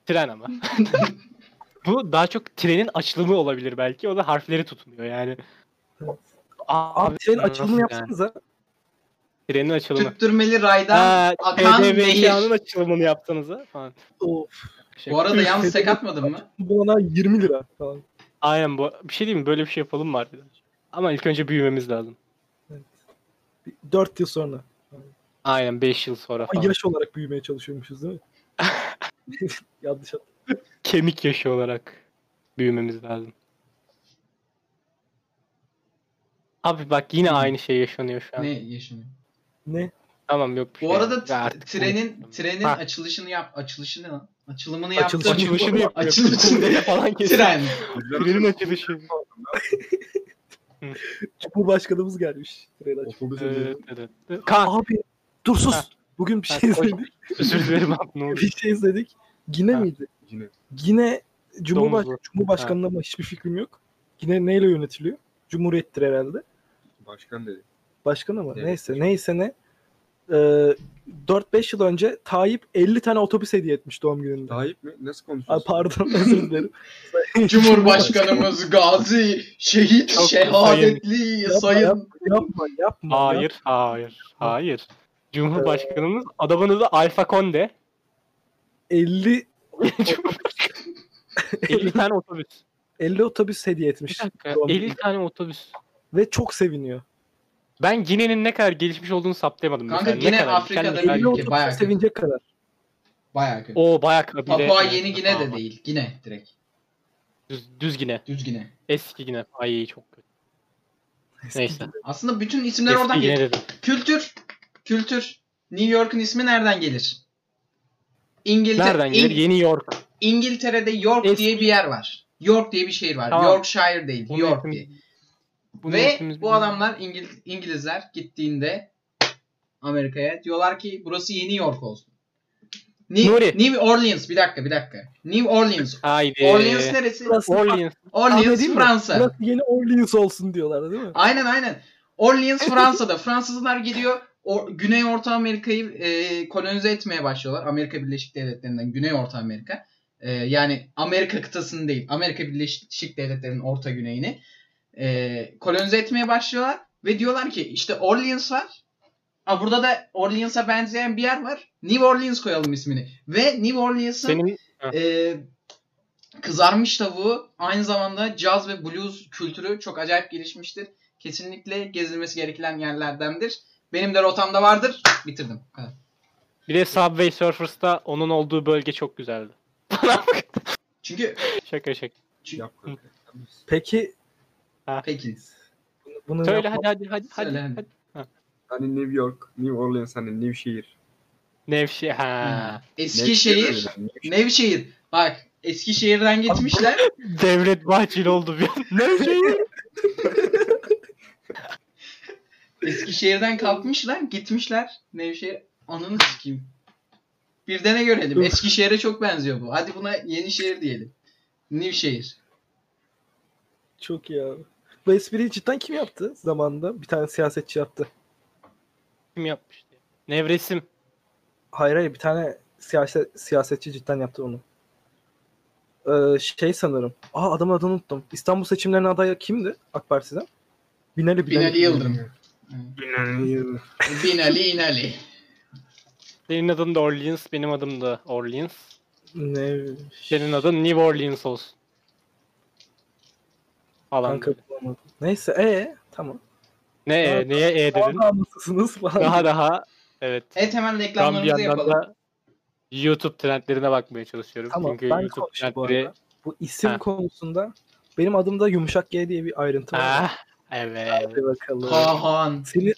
A: Tren ama. Bu daha çok trenin açılımı olabilir belki. O da harfleri tutmuyor yani.
D: Abi senin
A: nasıl
D: açılımını
A: yani?
D: yapsanıza.
A: Trenin açılımı.
B: Tüttürmeli raydan
A: Ha,
B: akan
A: TDV'nin
B: nehir.
A: açılımını yapsanıza falan.
D: Of.
A: Şey-
B: Bu arada
D: Üf,
B: yalnız tek
D: dedim.
B: atmadın mı?
D: Bu ona 20 lira falan.
A: Aynen bu. Bir şey diyeyim mi? Böyle bir şey yapalım mı artık? Ama ilk önce büyümemiz lazım.
D: 4 yıl sonra.
A: Aynen 5 yıl sonra
D: Ama
A: falan.
D: yaş olarak büyümeye çalışıyormuşuz değil mi? Yanlış hatırladım.
A: Kemik yaşı olarak büyümemiz lazım. Abi bak yine aynı şey yaşanıyor şu an.
B: Ne yaşanıyor?
D: Ne?
A: Tamam yok bir şey.
B: Bu arada
A: Ya
B: t-
A: artık-
B: trenin trenin
A: Ha.
B: açılışını yap açılışını lan. Açılımını
D: Açılış-
B: yaptım.
A: açılışını yapıyor.
B: Açılışını-
A: Kumdaya falan kesiyor.
B: Tren.
A: Trenin açılışı.
D: Cumhurbaşkanımız gelmiş. Treni aç.
C: Otobüse
A: Ee,
C: bindim.
A: Kaan
D: Abi dur sus.
A: Ha.
D: Bugün bir şey
A: Ha, koy.
D: izledik.
A: özür dilerim abi ne oldu?
D: bir şey izledik. Gine
A: Ha.
D: miydi?
C: Yine.
D: Gine Cumhurbaş
A: Domuzlu.
D: Cumhurbaşkanlığı ama hiçbir fikrim yok. Gine neyle yönetiliyor? Cumhuriyettir herhalde.
C: Başkan dedi.
D: Başkanı mı?
C: Evet.
D: Neyse neyse ne. Ee, 4-5 yıl önce Tayyip 50 tane otobüs hediye etmiş doğum gününde.
C: Tayyip mi? Nasıl
D: Ay
C: konuşuyorsun?
D: pardon özür dilerim.
B: Cumhurbaşkanımız Gazi şehit
A: Çok
B: şehadetli
D: Yapma,
B: sayın
D: Yapma yapma. yap-
A: Hayır, hayır, hayır. Cumhurbaşkanımız adamın adı Alfa Konde.
D: 50
A: 50 tane otobüs.
D: 50 otobüs hediye
A: Bir
D: etmiş.
A: dakika,
D: doğum
A: 50
D: gününde.
A: tane otobüs.
D: Ve çok seviniyor.
A: Ben Gine'nin ne kadar gelişmiş olduğunu saptayamadım.
B: Kanka
A: mesela. Ne
B: Gine
A: kadar,
B: Afrika'da
A: ülkenin ne kadar
D: 50
B: Tabii ki,
A: gelişmiş.
B: bayağı.
D: otobüs sevinecek kadar.
B: bayağı kötü.
A: Oo bayağı kabile.
B: Papua
A: yani.
B: Yeni Gine de
A: Tamam.
B: değil. Gine direkt.
A: Düz, düz Gine.
B: Düz Gine.
A: Eski Gine. Ay çok kötü. Neyse.
B: Aslında bütün isimler
A: Eski
B: oradan
A: Gine
B: geliyor.
A: dedim.
B: Kültür. Kültür. New York'un ismi nereden gelir? İngiltere,
A: Nereden gelir?
B: İng-
A: Yeni York.
B: İngiltere'de York
A: Eski-
B: diye bir yer var. York diye bir şehir var.
A: Tamam.
B: Yorkshire değil.
A: Bunu
B: York
A: hepimiz-
B: diye.
A: bunu
B: Ve
A: hepimiz
B: bu
A: biliyoruz.
B: adamlar İngil- İngilizler gittiğinde Amerika'ya diyorlar ki burası yeni York olsun. New,
A: Nuri.
B: New Orleans bir dakika bir dakika. New Orleans.
A: Haydi.
B: Orleans neresi?
D: Ee, Burası-
A: Orleans.
D: Ahmet
B: Orleans
D: değil mi?
B: Fransa.
D: Burası yeni Orleans olsun diyorlar değil mi?
B: Aynen aynen. Orleans Fransa'da. Fransızlar gidiyor. O, Güney Orta Amerika'yı e, kolonize etmeye başlıyorlar. Amerika Birleşik Devletleri'nden Güney Orta Amerika. E, yani Amerika kıtasını değil. Amerika Birleşik Devletleri'nin orta güneyini e, kolonize etmeye başlıyorlar. Ve diyorlar ki işte Orleans var. Aa, burada da Orleans'a benzeyen bir yer var. New Orleans koyalım ismini. Ve New Orleans'ın
A: Senin
B: ee, kızarmış tavuğu aynı zamanda caz ve blues kültürü çok acayip gelişmiştir. Kesinlikle gezilmesi gereken yerlerdendir. Benim de rotamda vardır. Bitirdim. Bu kadar.
A: bir de Subway Surfers'ta onun olduğu bölge çok güzeldi.
B: Çünkü
A: Şaka şaka.
C: Yap kanka.
D: Peki
B: Pekin.
D: bunu
A: Söyle
D: yapma-
A: hadi hadi hadi hadi.
B: Söyle hadi.
C: Hani New York, New Orleans hani Nevşehir.
A: Nevşehir. Ha.
B: Eskişehir.
C: Nevşehir. Nevşehir.
B: Nevşehir. Bak Eskişehir'den gitmişler.
A: Devlet Bahçeli oldu bir an. Nevşehir.
B: Eskişehir'den kalkmışlar. Gitmişler. Nevşehir. Ananı sikeyim. Bir de ne görelim. Eskişehir'e çok benziyor bu. Hadi buna Yenişehir diyelim. Nevşehir.
D: Çok iyi abi. Bu espriyi cidden kim yaptı zamanında? Bir tane siyasetçi yaptı.
A: Kim yapmıştı? Nevresim.
D: Hayır hayır bir tane siyaset, siyasetçi cidden yaptı onu. e, şey sanırım. Aa adamın adını unuttum. İstanbul seçimlerine aday kimdi AK Parti'den? Binali Binali.
B: Binali Yıldırım.
C: Binali.
B: Binali İnali.
A: Senin adın da Orleans, benim adım da Orleans.
D: Ne?
A: Senin adın New Orleans olsun. Falan.
D: Kanka bulamadım. Neyse e tamam.
A: ne
D: Kanka-
A: e, neye e dedin?
D: Daha mısınız falan.
A: Daha daha. Evet.
B: Evet hemen
A: Ben bir
B: reklamlarımızı
A: yandan
B: yapalım.
A: da YouTube trendlerine bakmaya çalışıyorum.
D: Tamam,
A: Çünkü
D: ben
A: YouTube
D: konuşayım bu arada.
A: trendleri...
D: Bu isim
A: Ha.
D: konusunda benim adımda yumuşak G diye bir ayrıntı var.
A: Ah, evet.
D: Hadi bakalım.
B: Kaan.
D: Seni,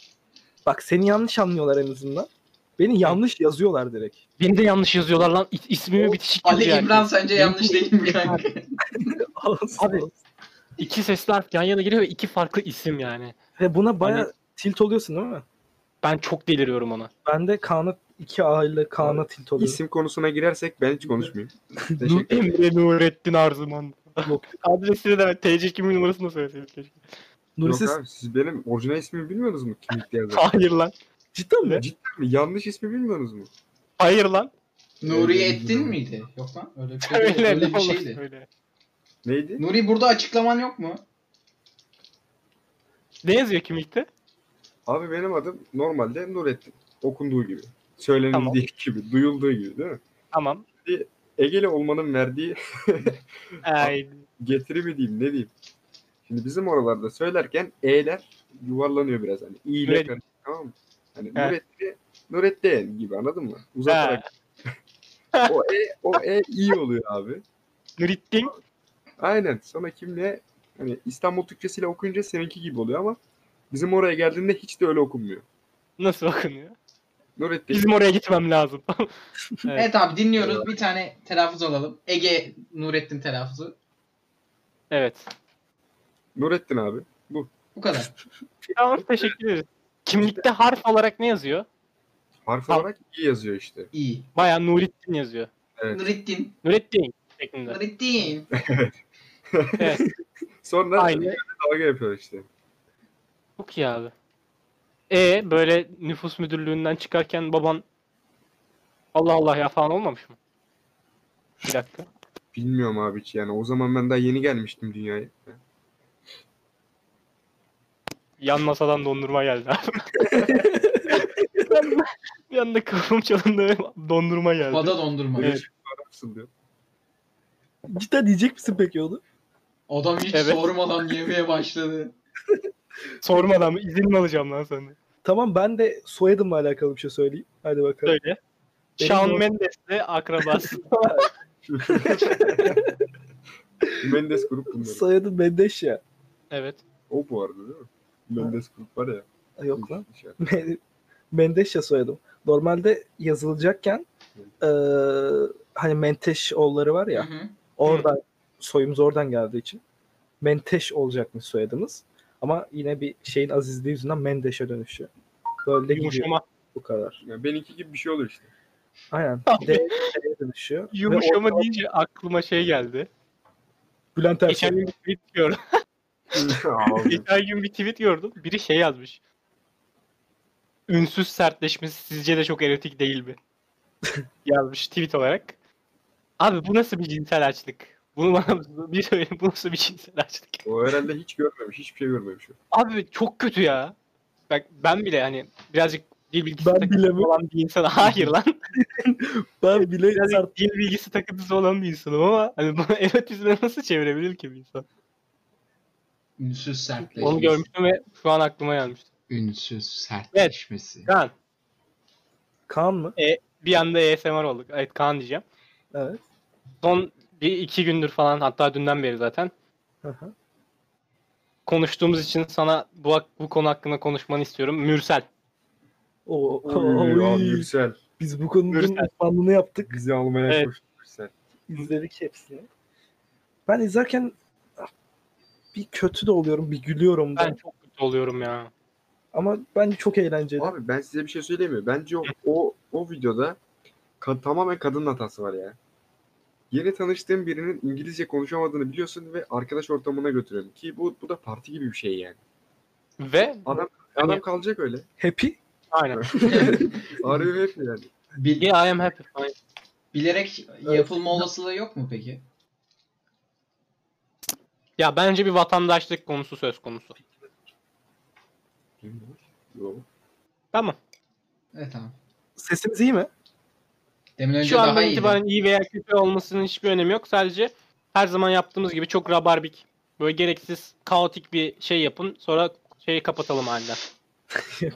D: bak seni yanlış anlıyorlar en azından. Beni yanlış yazıyorlar direkt.
A: Beni de yanlış yazıyorlar lan. İ- İsmimi
D: O-
A: bitişik
B: Ali
A: yazıyor
B: İmran
A: herkes.
B: sence yanlış değil mi kanka?
D: Abi.
A: İki sesli harf yan yana geliyor ve iki farklı isim yani.
D: Ve buna baya
A: Hani-
D: tilt oluyorsun değil mi?
A: Ben çok deliriyorum ona.
D: Ben de Kaan'a iki A ile Kaan'a tilt oluyorum.
C: İsim konusuna girersek ben hiç konuşmayayım.
A: Nur-
C: Teşekkür ederim.
A: Emre Nurettin Arzuman.
D: Yok.
A: Adresini de TC kimin numarasını da söyleseydim keşke.
C: Yok
D: Nursiz
C: abi siz benim orijinal ismimi bilmiyorsunuz mu? Kimlikte yazan.
A: Hayır lan.
D: cidden mi?
C: Cidden mi? Yanlış ismi bilmiyorsunuz mu?
A: Hayır lan.
B: Nuriye Ettin miydi? Yok lan öyle bir şey, değil,
A: Öyle,
B: öyle
A: ne
B: bir
A: olur
B: şeydi.
A: öyle.
C: Neydi?
B: Nuri burada açıklaman yok mu?
A: Ne yazıyor kimlikte?
C: Abi benim adım normalde Nurettin. Okunduğu gibi. Söylenildiği
A: Tamam.
C: gibi. Duyulduğu gibi değil mi?
A: Tamam.
C: Egeli olmanın verdiği
A: Ay,
C: getiri mi diyeyim ne diyeyim. Şimdi bizim oralarda söylerken E'ler yuvarlanıyor biraz hani. İ'yle
A: Nurettin.
C: karışık tamam mı? Hani
A: He.
C: Nurettin, Nurettin gibi anladın mı? Uzatarak. o E, o E İ oluyor abi.
A: Nurettin.
C: Aynen. Sonra kimle hani İstanbul Türkçesiyle okuyunca seninki gibi oluyor ama bizim oraya geldiğinde hiç de öyle okunmuyor.
A: Nasıl okunuyor?
C: Nurettin.
A: Bizim oraya gitmem lazım. Evet.
B: Evet, abi dinliyoruz. Bir tane telaffuz alalım. Ege Nurettin telaffuzu.
A: evet.
C: Nurettin abi.
B: Bu kadar.
A: Tamam teşekkür ederiz. Kimlikte harf olarak ne yazıyor?
C: Harf
A: Tamam.
C: olarak İ yazıyor işte.
B: İyi.
A: Baya Nurettin yazıyor.
C: Evet.
B: Nurettin.
A: Nurettin şeklinde.
B: Nurettin.
A: Evet.
C: Sonra
A: Aynı.
C: dalga yapıyor işte.
A: Çok iyi abi. E böyle nüfus müdürlüğünden çıkarken baban Allah Allah ya falan olmamış mı? Bir dakika.
C: Bilmiyorum abi hiç yani. O zaman ben daha yeni gelmiştim dünyaya.
A: Yan masadan dondurma geldi abi. bir anda kafam çalındı dondurma geldi.
B: Oda dondurma.
A: Evet.
C: Nasıl diyor?
D: Cidden diyecek misin peki onu?
B: Adam hiç
A: Evet.
B: sormadan yemeye başladı.
A: Sormadan izin mi alacağım lan senden?
D: Tamam ben de soyadımla alakalı bir şey söyleyeyim. Hadi bakalım.
A: Söyle.
D: Benim
A: Shawn
D: bu-
A: Mendes'le akrabası.
C: Mendes grup bunları.
D: Soyadı Mendeş ya.
A: evet.
C: O bu arada değil mi? Mendes grup var ya.
D: Ay, Yok lan.
C: Şey.
D: Men- Mendeş ya soyadım. Normalde yazılacakken eee, hani Menteş oğulları var ya.
B: Hı hı.
D: Oradan soyumuz oradan geldiği için Menteş olacakmış soyadımız. Ama yine bir şeyin azizliği yüzünden Mendeş'e dönüşüyor. Böyle de gidiyor
A: Yumuşama.
D: bu kadar.
C: Yani benimki gibi bir şey oluyor işte.
D: Aynen.
A: Abi.
D: D'ye dönüşüyor. Ve
A: Yumuşama
D: orada
A: deyince aklıma şey geldi.
D: Bülent Ersoy.
A: Geçen gün bir tweet gördüm.
C: Abi.
A: Geçen gün bir tweet gördüm. Biri şey yazmış. Ünsüz sertleşmesi sizce de çok erotik değil mi? yazmış tweet olarak. Abi bu nasıl bir cinsel açlık? Bunu bana bir söyleyin. Bu nasıl bir cinsel açlık?
C: o herhalde hiç görmemiş. Hiçbir şey görmemiş. o.
A: Abi çok kötü ya. Bak ben bile hani birazcık dil bilgisi
D: Ben
A: takıntısı
D: bile mi?
A: olan bir insan. Hayır lan.
D: Ben bile sert
A: Birazcık dil bilgisi takıntısı olan bir insanım ama hani bunu erotizme nasıl çevirebilir ki bir insan?
B: Ünsüz sertleşmesi.
A: Onu görmüştüm ve şu an aklıma gelmişti.
B: Ünsüz sertleşmesi.
A: Kaan
D: Kaan mı?
A: bir anda E ASMR olduk. Evet Kaan diyeceğim.
D: Evet.
A: Son bir iki gündür falan hatta dünden beri zaten
D: Hı hı.
A: konuştuğumuz için sana bu, hak- bu konu hakkında konuşmanı istiyorum. Mürsel.
D: O, o-
C: Oy,
D: oy.
C: abi Yüksel.
D: Biz bu konunun
A: Gürsel.
D: uzmanlığını yaptık.
C: Bizi almaya
A: Evet.
C: koştu Yüksel.
D: İzledik hepsini. Ben izlerken bir kötü de oluyorum, bir gülüyorum da.
A: Ben çok kötü oluyorum ya.
D: Ama bence çok eğlenceli.
C: Abi ben size bir şey söyleyeyim mi? Bence o o, o videoda ka- tamamen kadının hatası var ya. Yeni tanıştığın birinin İngilizce konuşamadığını biliyorsun ve arkadaş ortamına götürüyorsun. Ki bu, bu da parti gibi bir şey yani.
A: Ve
C: Adam
A: Hani-
C: adam kalacak öyle.
D: Happy.
A: aynen.
C: Arıyor hep yani.
B: Bil-
A: Yeah, I am happy. Aynen.
B: bilerek yapılma olasılığı yok mu peki?
A: Ya bence bir vatandaşlık konusu söz konusu.
C: Yok.
A: Tamam.
B: Evet tamam.
D: Sesimiz iyi mi?
B: Demin önce
A: Şu
B: daha
A: andan
B: iyiydi.
A: itibaren iyi veya kötü olmasının hiçbir önemi yok. Sadece her zaman yaptığımız gibi çok rabarbik. Böyle gereksiz kaotik bir şey yapın. Sonra şeyi kapatalım halden.
D: Yok.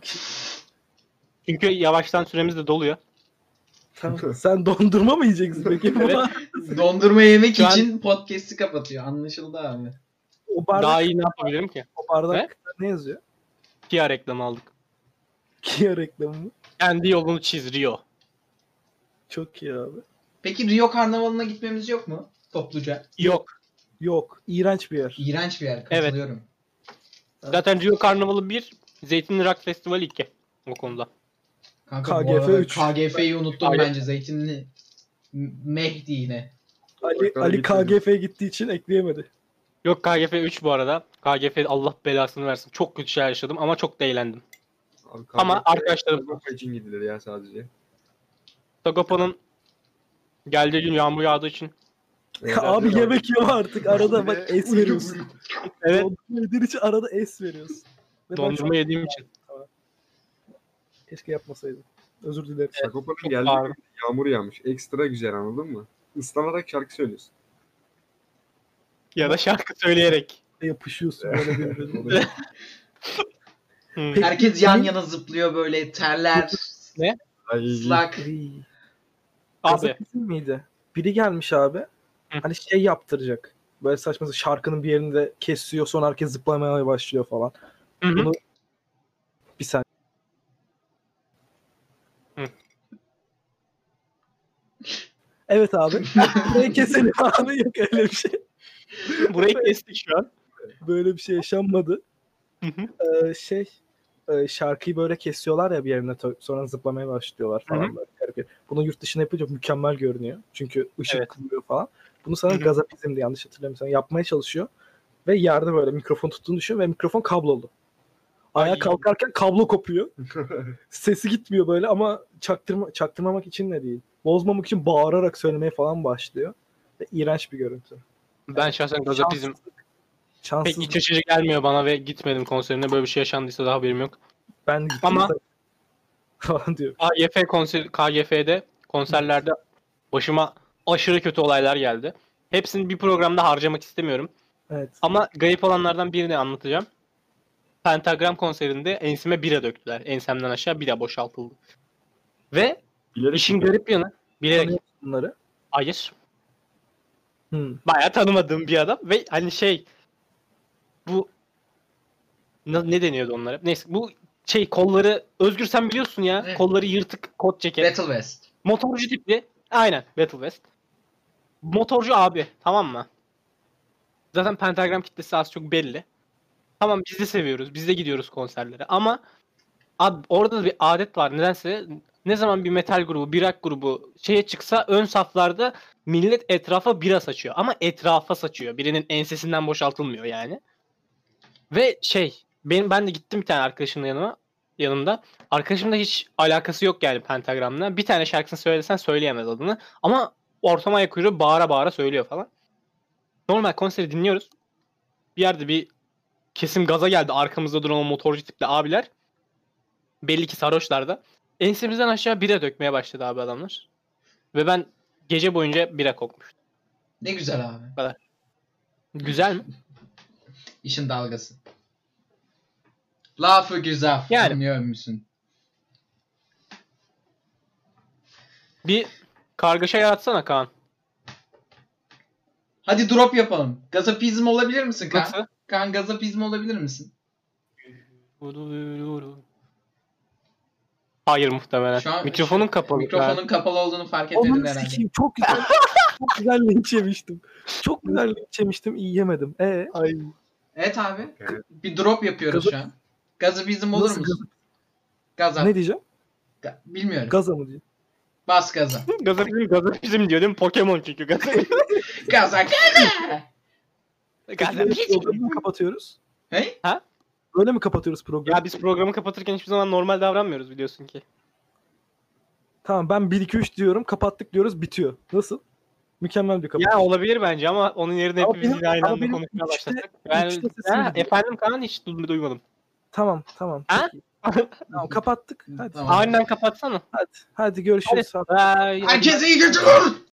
A: Çünkü yavaştan süremiz de doluyor.
D: Tamam. Sen dondurma mı yiyeceksin peki?
A: Evet.
B: Dondurma yemek
A: Şu an-
B: için podcast'i kapatıyor. Anlaşıldı abi.
D: O bardak,
A: Daha iyi ne yapabilirim ki?
D: o bardak ne yazıyor?
A: Kia reklamı aldık.
D: Kia reklamı mı?
A: Kendi yolunu çiz Rio.
D: Çok iyi abi.
B: Peki Rio Karnavalı'na gitmemiz yok mu? Topluca.
A: Yok.
D: Yok. iğrenç bir yer.
B: İğrenç bir yer. Katılıyorum.
A: Zaten Rio Karnavalı 1, Zeytinli Rock Festivali 2. O konuda.
B: Kanka bu
D: KGF
B: arada
D: üç.
B: KGF'yi unuttum
A: Aynen.
B: bence. Zeytinli M- Mehdi yine.
D: Ali,
C: Oradan
D: Ali
C: gitmedim.
D: KGF 'ye gittiği için ekleyemedi.
A: Yok KGF 3 bu arada. KGF Allah belasını versin. Çok kötü şeyler yaşadım ama çok da eğlendim.
C: Abi,
A: Ama
C: kahve-
A: arkadaşlarım
C: kahve için gidilir ya sadece.
A: Sagopa'nın geldiği gün yağmur yağdığı için.
C: Eğlenceler
D: abi
C: var.
D: yemek yiyor artık. Arada bak es veriyorsun.
A: Evet.
D: Dondurma yediğin için arada es veriyorsun. Ve ben
A: Dondurma
D: çok-
A: yediğim için.
D: Keşke yapmasaydım. Özür dilerim.
C: Sagopa'nın
A: çok
C: geldiği
A: ağır.
C: gün yağmur yağmış. Ekstra güzel anladın mı? Islanarak şarkı söylüyorsun.
A: Ya da şarkı söyleyerek.
D: Yapışıyorsun böyle birbirine.
C: O da-
A: Hmm.
D: Peki-
B: Herkes yan yana zıplıyor böyle. Terler,
C: Ay,
B: ıslak.
D: Ay.
A: Abi
D: Kazak bizim miydi? Biri gelmiş abi. Hani şey yaptıracak. Böyle saçma sapan şarkının bir yerinde kesiyor sonra herkes zıplamaya başlıyor falan.
A: Hı hı.
D: Bunu bir saniye.
A: Hı.
D: Evet abi. Burayı keselim abi. Yok öyle bir şey.
A: burayı kestik şu an.
D: Böyle bir şey yaşanmadı.
A: Hı hı.
D: Ee, şey e, şarkıyı böyle kesiyorlar ya bir yerine to- sonra zıplamaya başlıyorlar
A: Hı
D: falan böyle garip. Bunu yurt dışında yapınca mükemmel görünüyor. Çünkü ışık
A: Evet.
D: kılıyor falan. Bunu sana
A: Hı hı.
D: Gazapizm'de yanlış hatırlamıyorsam yapmaya çalışıyor. Ve yerde böyle mikrofon tuttuğunu düşün ve mikrofon kablolu. Ayağa
A: Ay.
D: kalkarken kablo kopuyor. Sesi gitmiyor böyle ama çaktırma, çaktırmamak için de değil. Bozmamak için bağırarak söylemeye falan başlıyor. Ve iğrenç bir görüntü.
A: Ben şahsen gazapizm
D: Şanssız.
A: pek iç açıcı gelmiyor bana ve gitmedim konserine. Böyle bir şey yaşandıysa da haberim yok.
D: Ben gittim
A: Ama-
D: falan diyor.
A: KGF konser KGF'de konserlerde başıma aşırı kötü olaylar geldi. Hepsini bir programda harcamak istemiyorum.
D: Evet.
A: Ama garip olanlardan birini anlatacağım. Pentagram konserinde ensime bira döktüler. Ensemden aşağı bira boşaltıldı. Ve
C: Bilerek
A: işin garip yanı bilerek
D: Bunları.
A: hayır
D: Hmm.
A: bayağı tanımadığım bir adam ve hani şey bu ne, ne deniyordu onlara? Neyse bu şey kolları Özgür sen biliyorsun ya.
B: Evet.
A: Kolları yırtık kot ceket.
B: Battle West.
A: Motorcu tipli. Aynen Battle West. Motorcu abi tamam mı? Zaten pentagram kitlesi az çok belli. Tamam biz de seviyoruz. Biz de gidiyoruz konserlere. Ama abi, orada da bir adet var. Nedense ne zaman bir metal grubu, bir rock grubu şeye çıksa ön saflarda millet etrafa bira saçıyor. Ama etrafa saçıyor. Birinin ensesinden boşaltılmıyor yani. Ve şey ben, ben de gittim bir tane arkadaşımın yanıma. Yanımda. Arkadaşımla hiç alakası yok yani Pentagram'la. Bir tane şarkısını söylesen söyleyemez adını. Ama ortama ayak uyduruyor, bağıra bağıra söylüyor falan. Normal konseri dinliyoruz. Bir yerde bir kesim gaza geldi. Arkamızda duran o motorcu tipli abiler. Belli ki sarhoşlar da. Ensemizden aşağı bira dökmeye başladı abi adamlar. Ve ben gece boyunca bira kokmuştum.
B: Ne güzel abi.
A: Güzel mi?
B: İşin dalgası. Lafı güzel.
A: Yani.
B: Anlıyor musun?
A: Bir kargaşa yaratsana Kaan.
B: Hadi drop yapalım. Gazapizm olabilir misin Kaan?
A: Nasıl?
B: Kaan gazapizm olabilir misin?
A: Hayır muhtemelen.
B: Şu an-
A: Mikrofonun kapalı.
B: Mikrofonun
A: Kaan.
B: kapalı olduğunu fark etmedin
D: Onu
B: herhalde.
D: sikeyim çok güzel. çok güzel linç yemiştim. Çok güzel linç yemiştim iyi yemedim. E
A: Ay.
B: Evet abi.
C: Evet.
B: Bir drop yapıyoruz
D: Gaza-
B: şu an. Gazapizm olur
D: Nasıl
B: musun? Gaza.
D: ne diyeceğim?
B: Ga- Bilmiyorum.
D: Gaza mı diyeceğim?
B: Bas gaza.
A: Gazapizm gazapizm diyor değil mi? Pokemon çünkü gazapizm.
B: Gaza gaza.
D: Peki, Programı mı kapatıyoruz?
B: Hey?
A: Ha?
D: Böyle mi kapatıyoruz programı?
A: Ya biz programı kapatırken hiçbir zaman normal davranmıyoruz biliyorsun ki.
D: Tamam ben 1 2 3 diyorum, kapattık diyoruz, bitiyor. Nasıl? Mükemmel bir kapatış.
A: Ya olabilir bence ama onun yerine
D: Ama
A: hepimiz
D: benim-
A: yine aynı
D: ama
A: anda
D: benim
A: konuşmaya
D: üçte-
A: başladık. Ben,
D: üçte sesim
A: ha,
D: gidiyor.
A: efendim Kaan hiç du- duymadım.
D: Tamam tamam.
A: Ha?
D: çok iyi. Tamam kapattık. Hadi.
B: Tamam.
A: Aniden kapatsana.
D: Hadi, hadi görüşürüz.
A: Ay,
B: Herkese iyi geceler.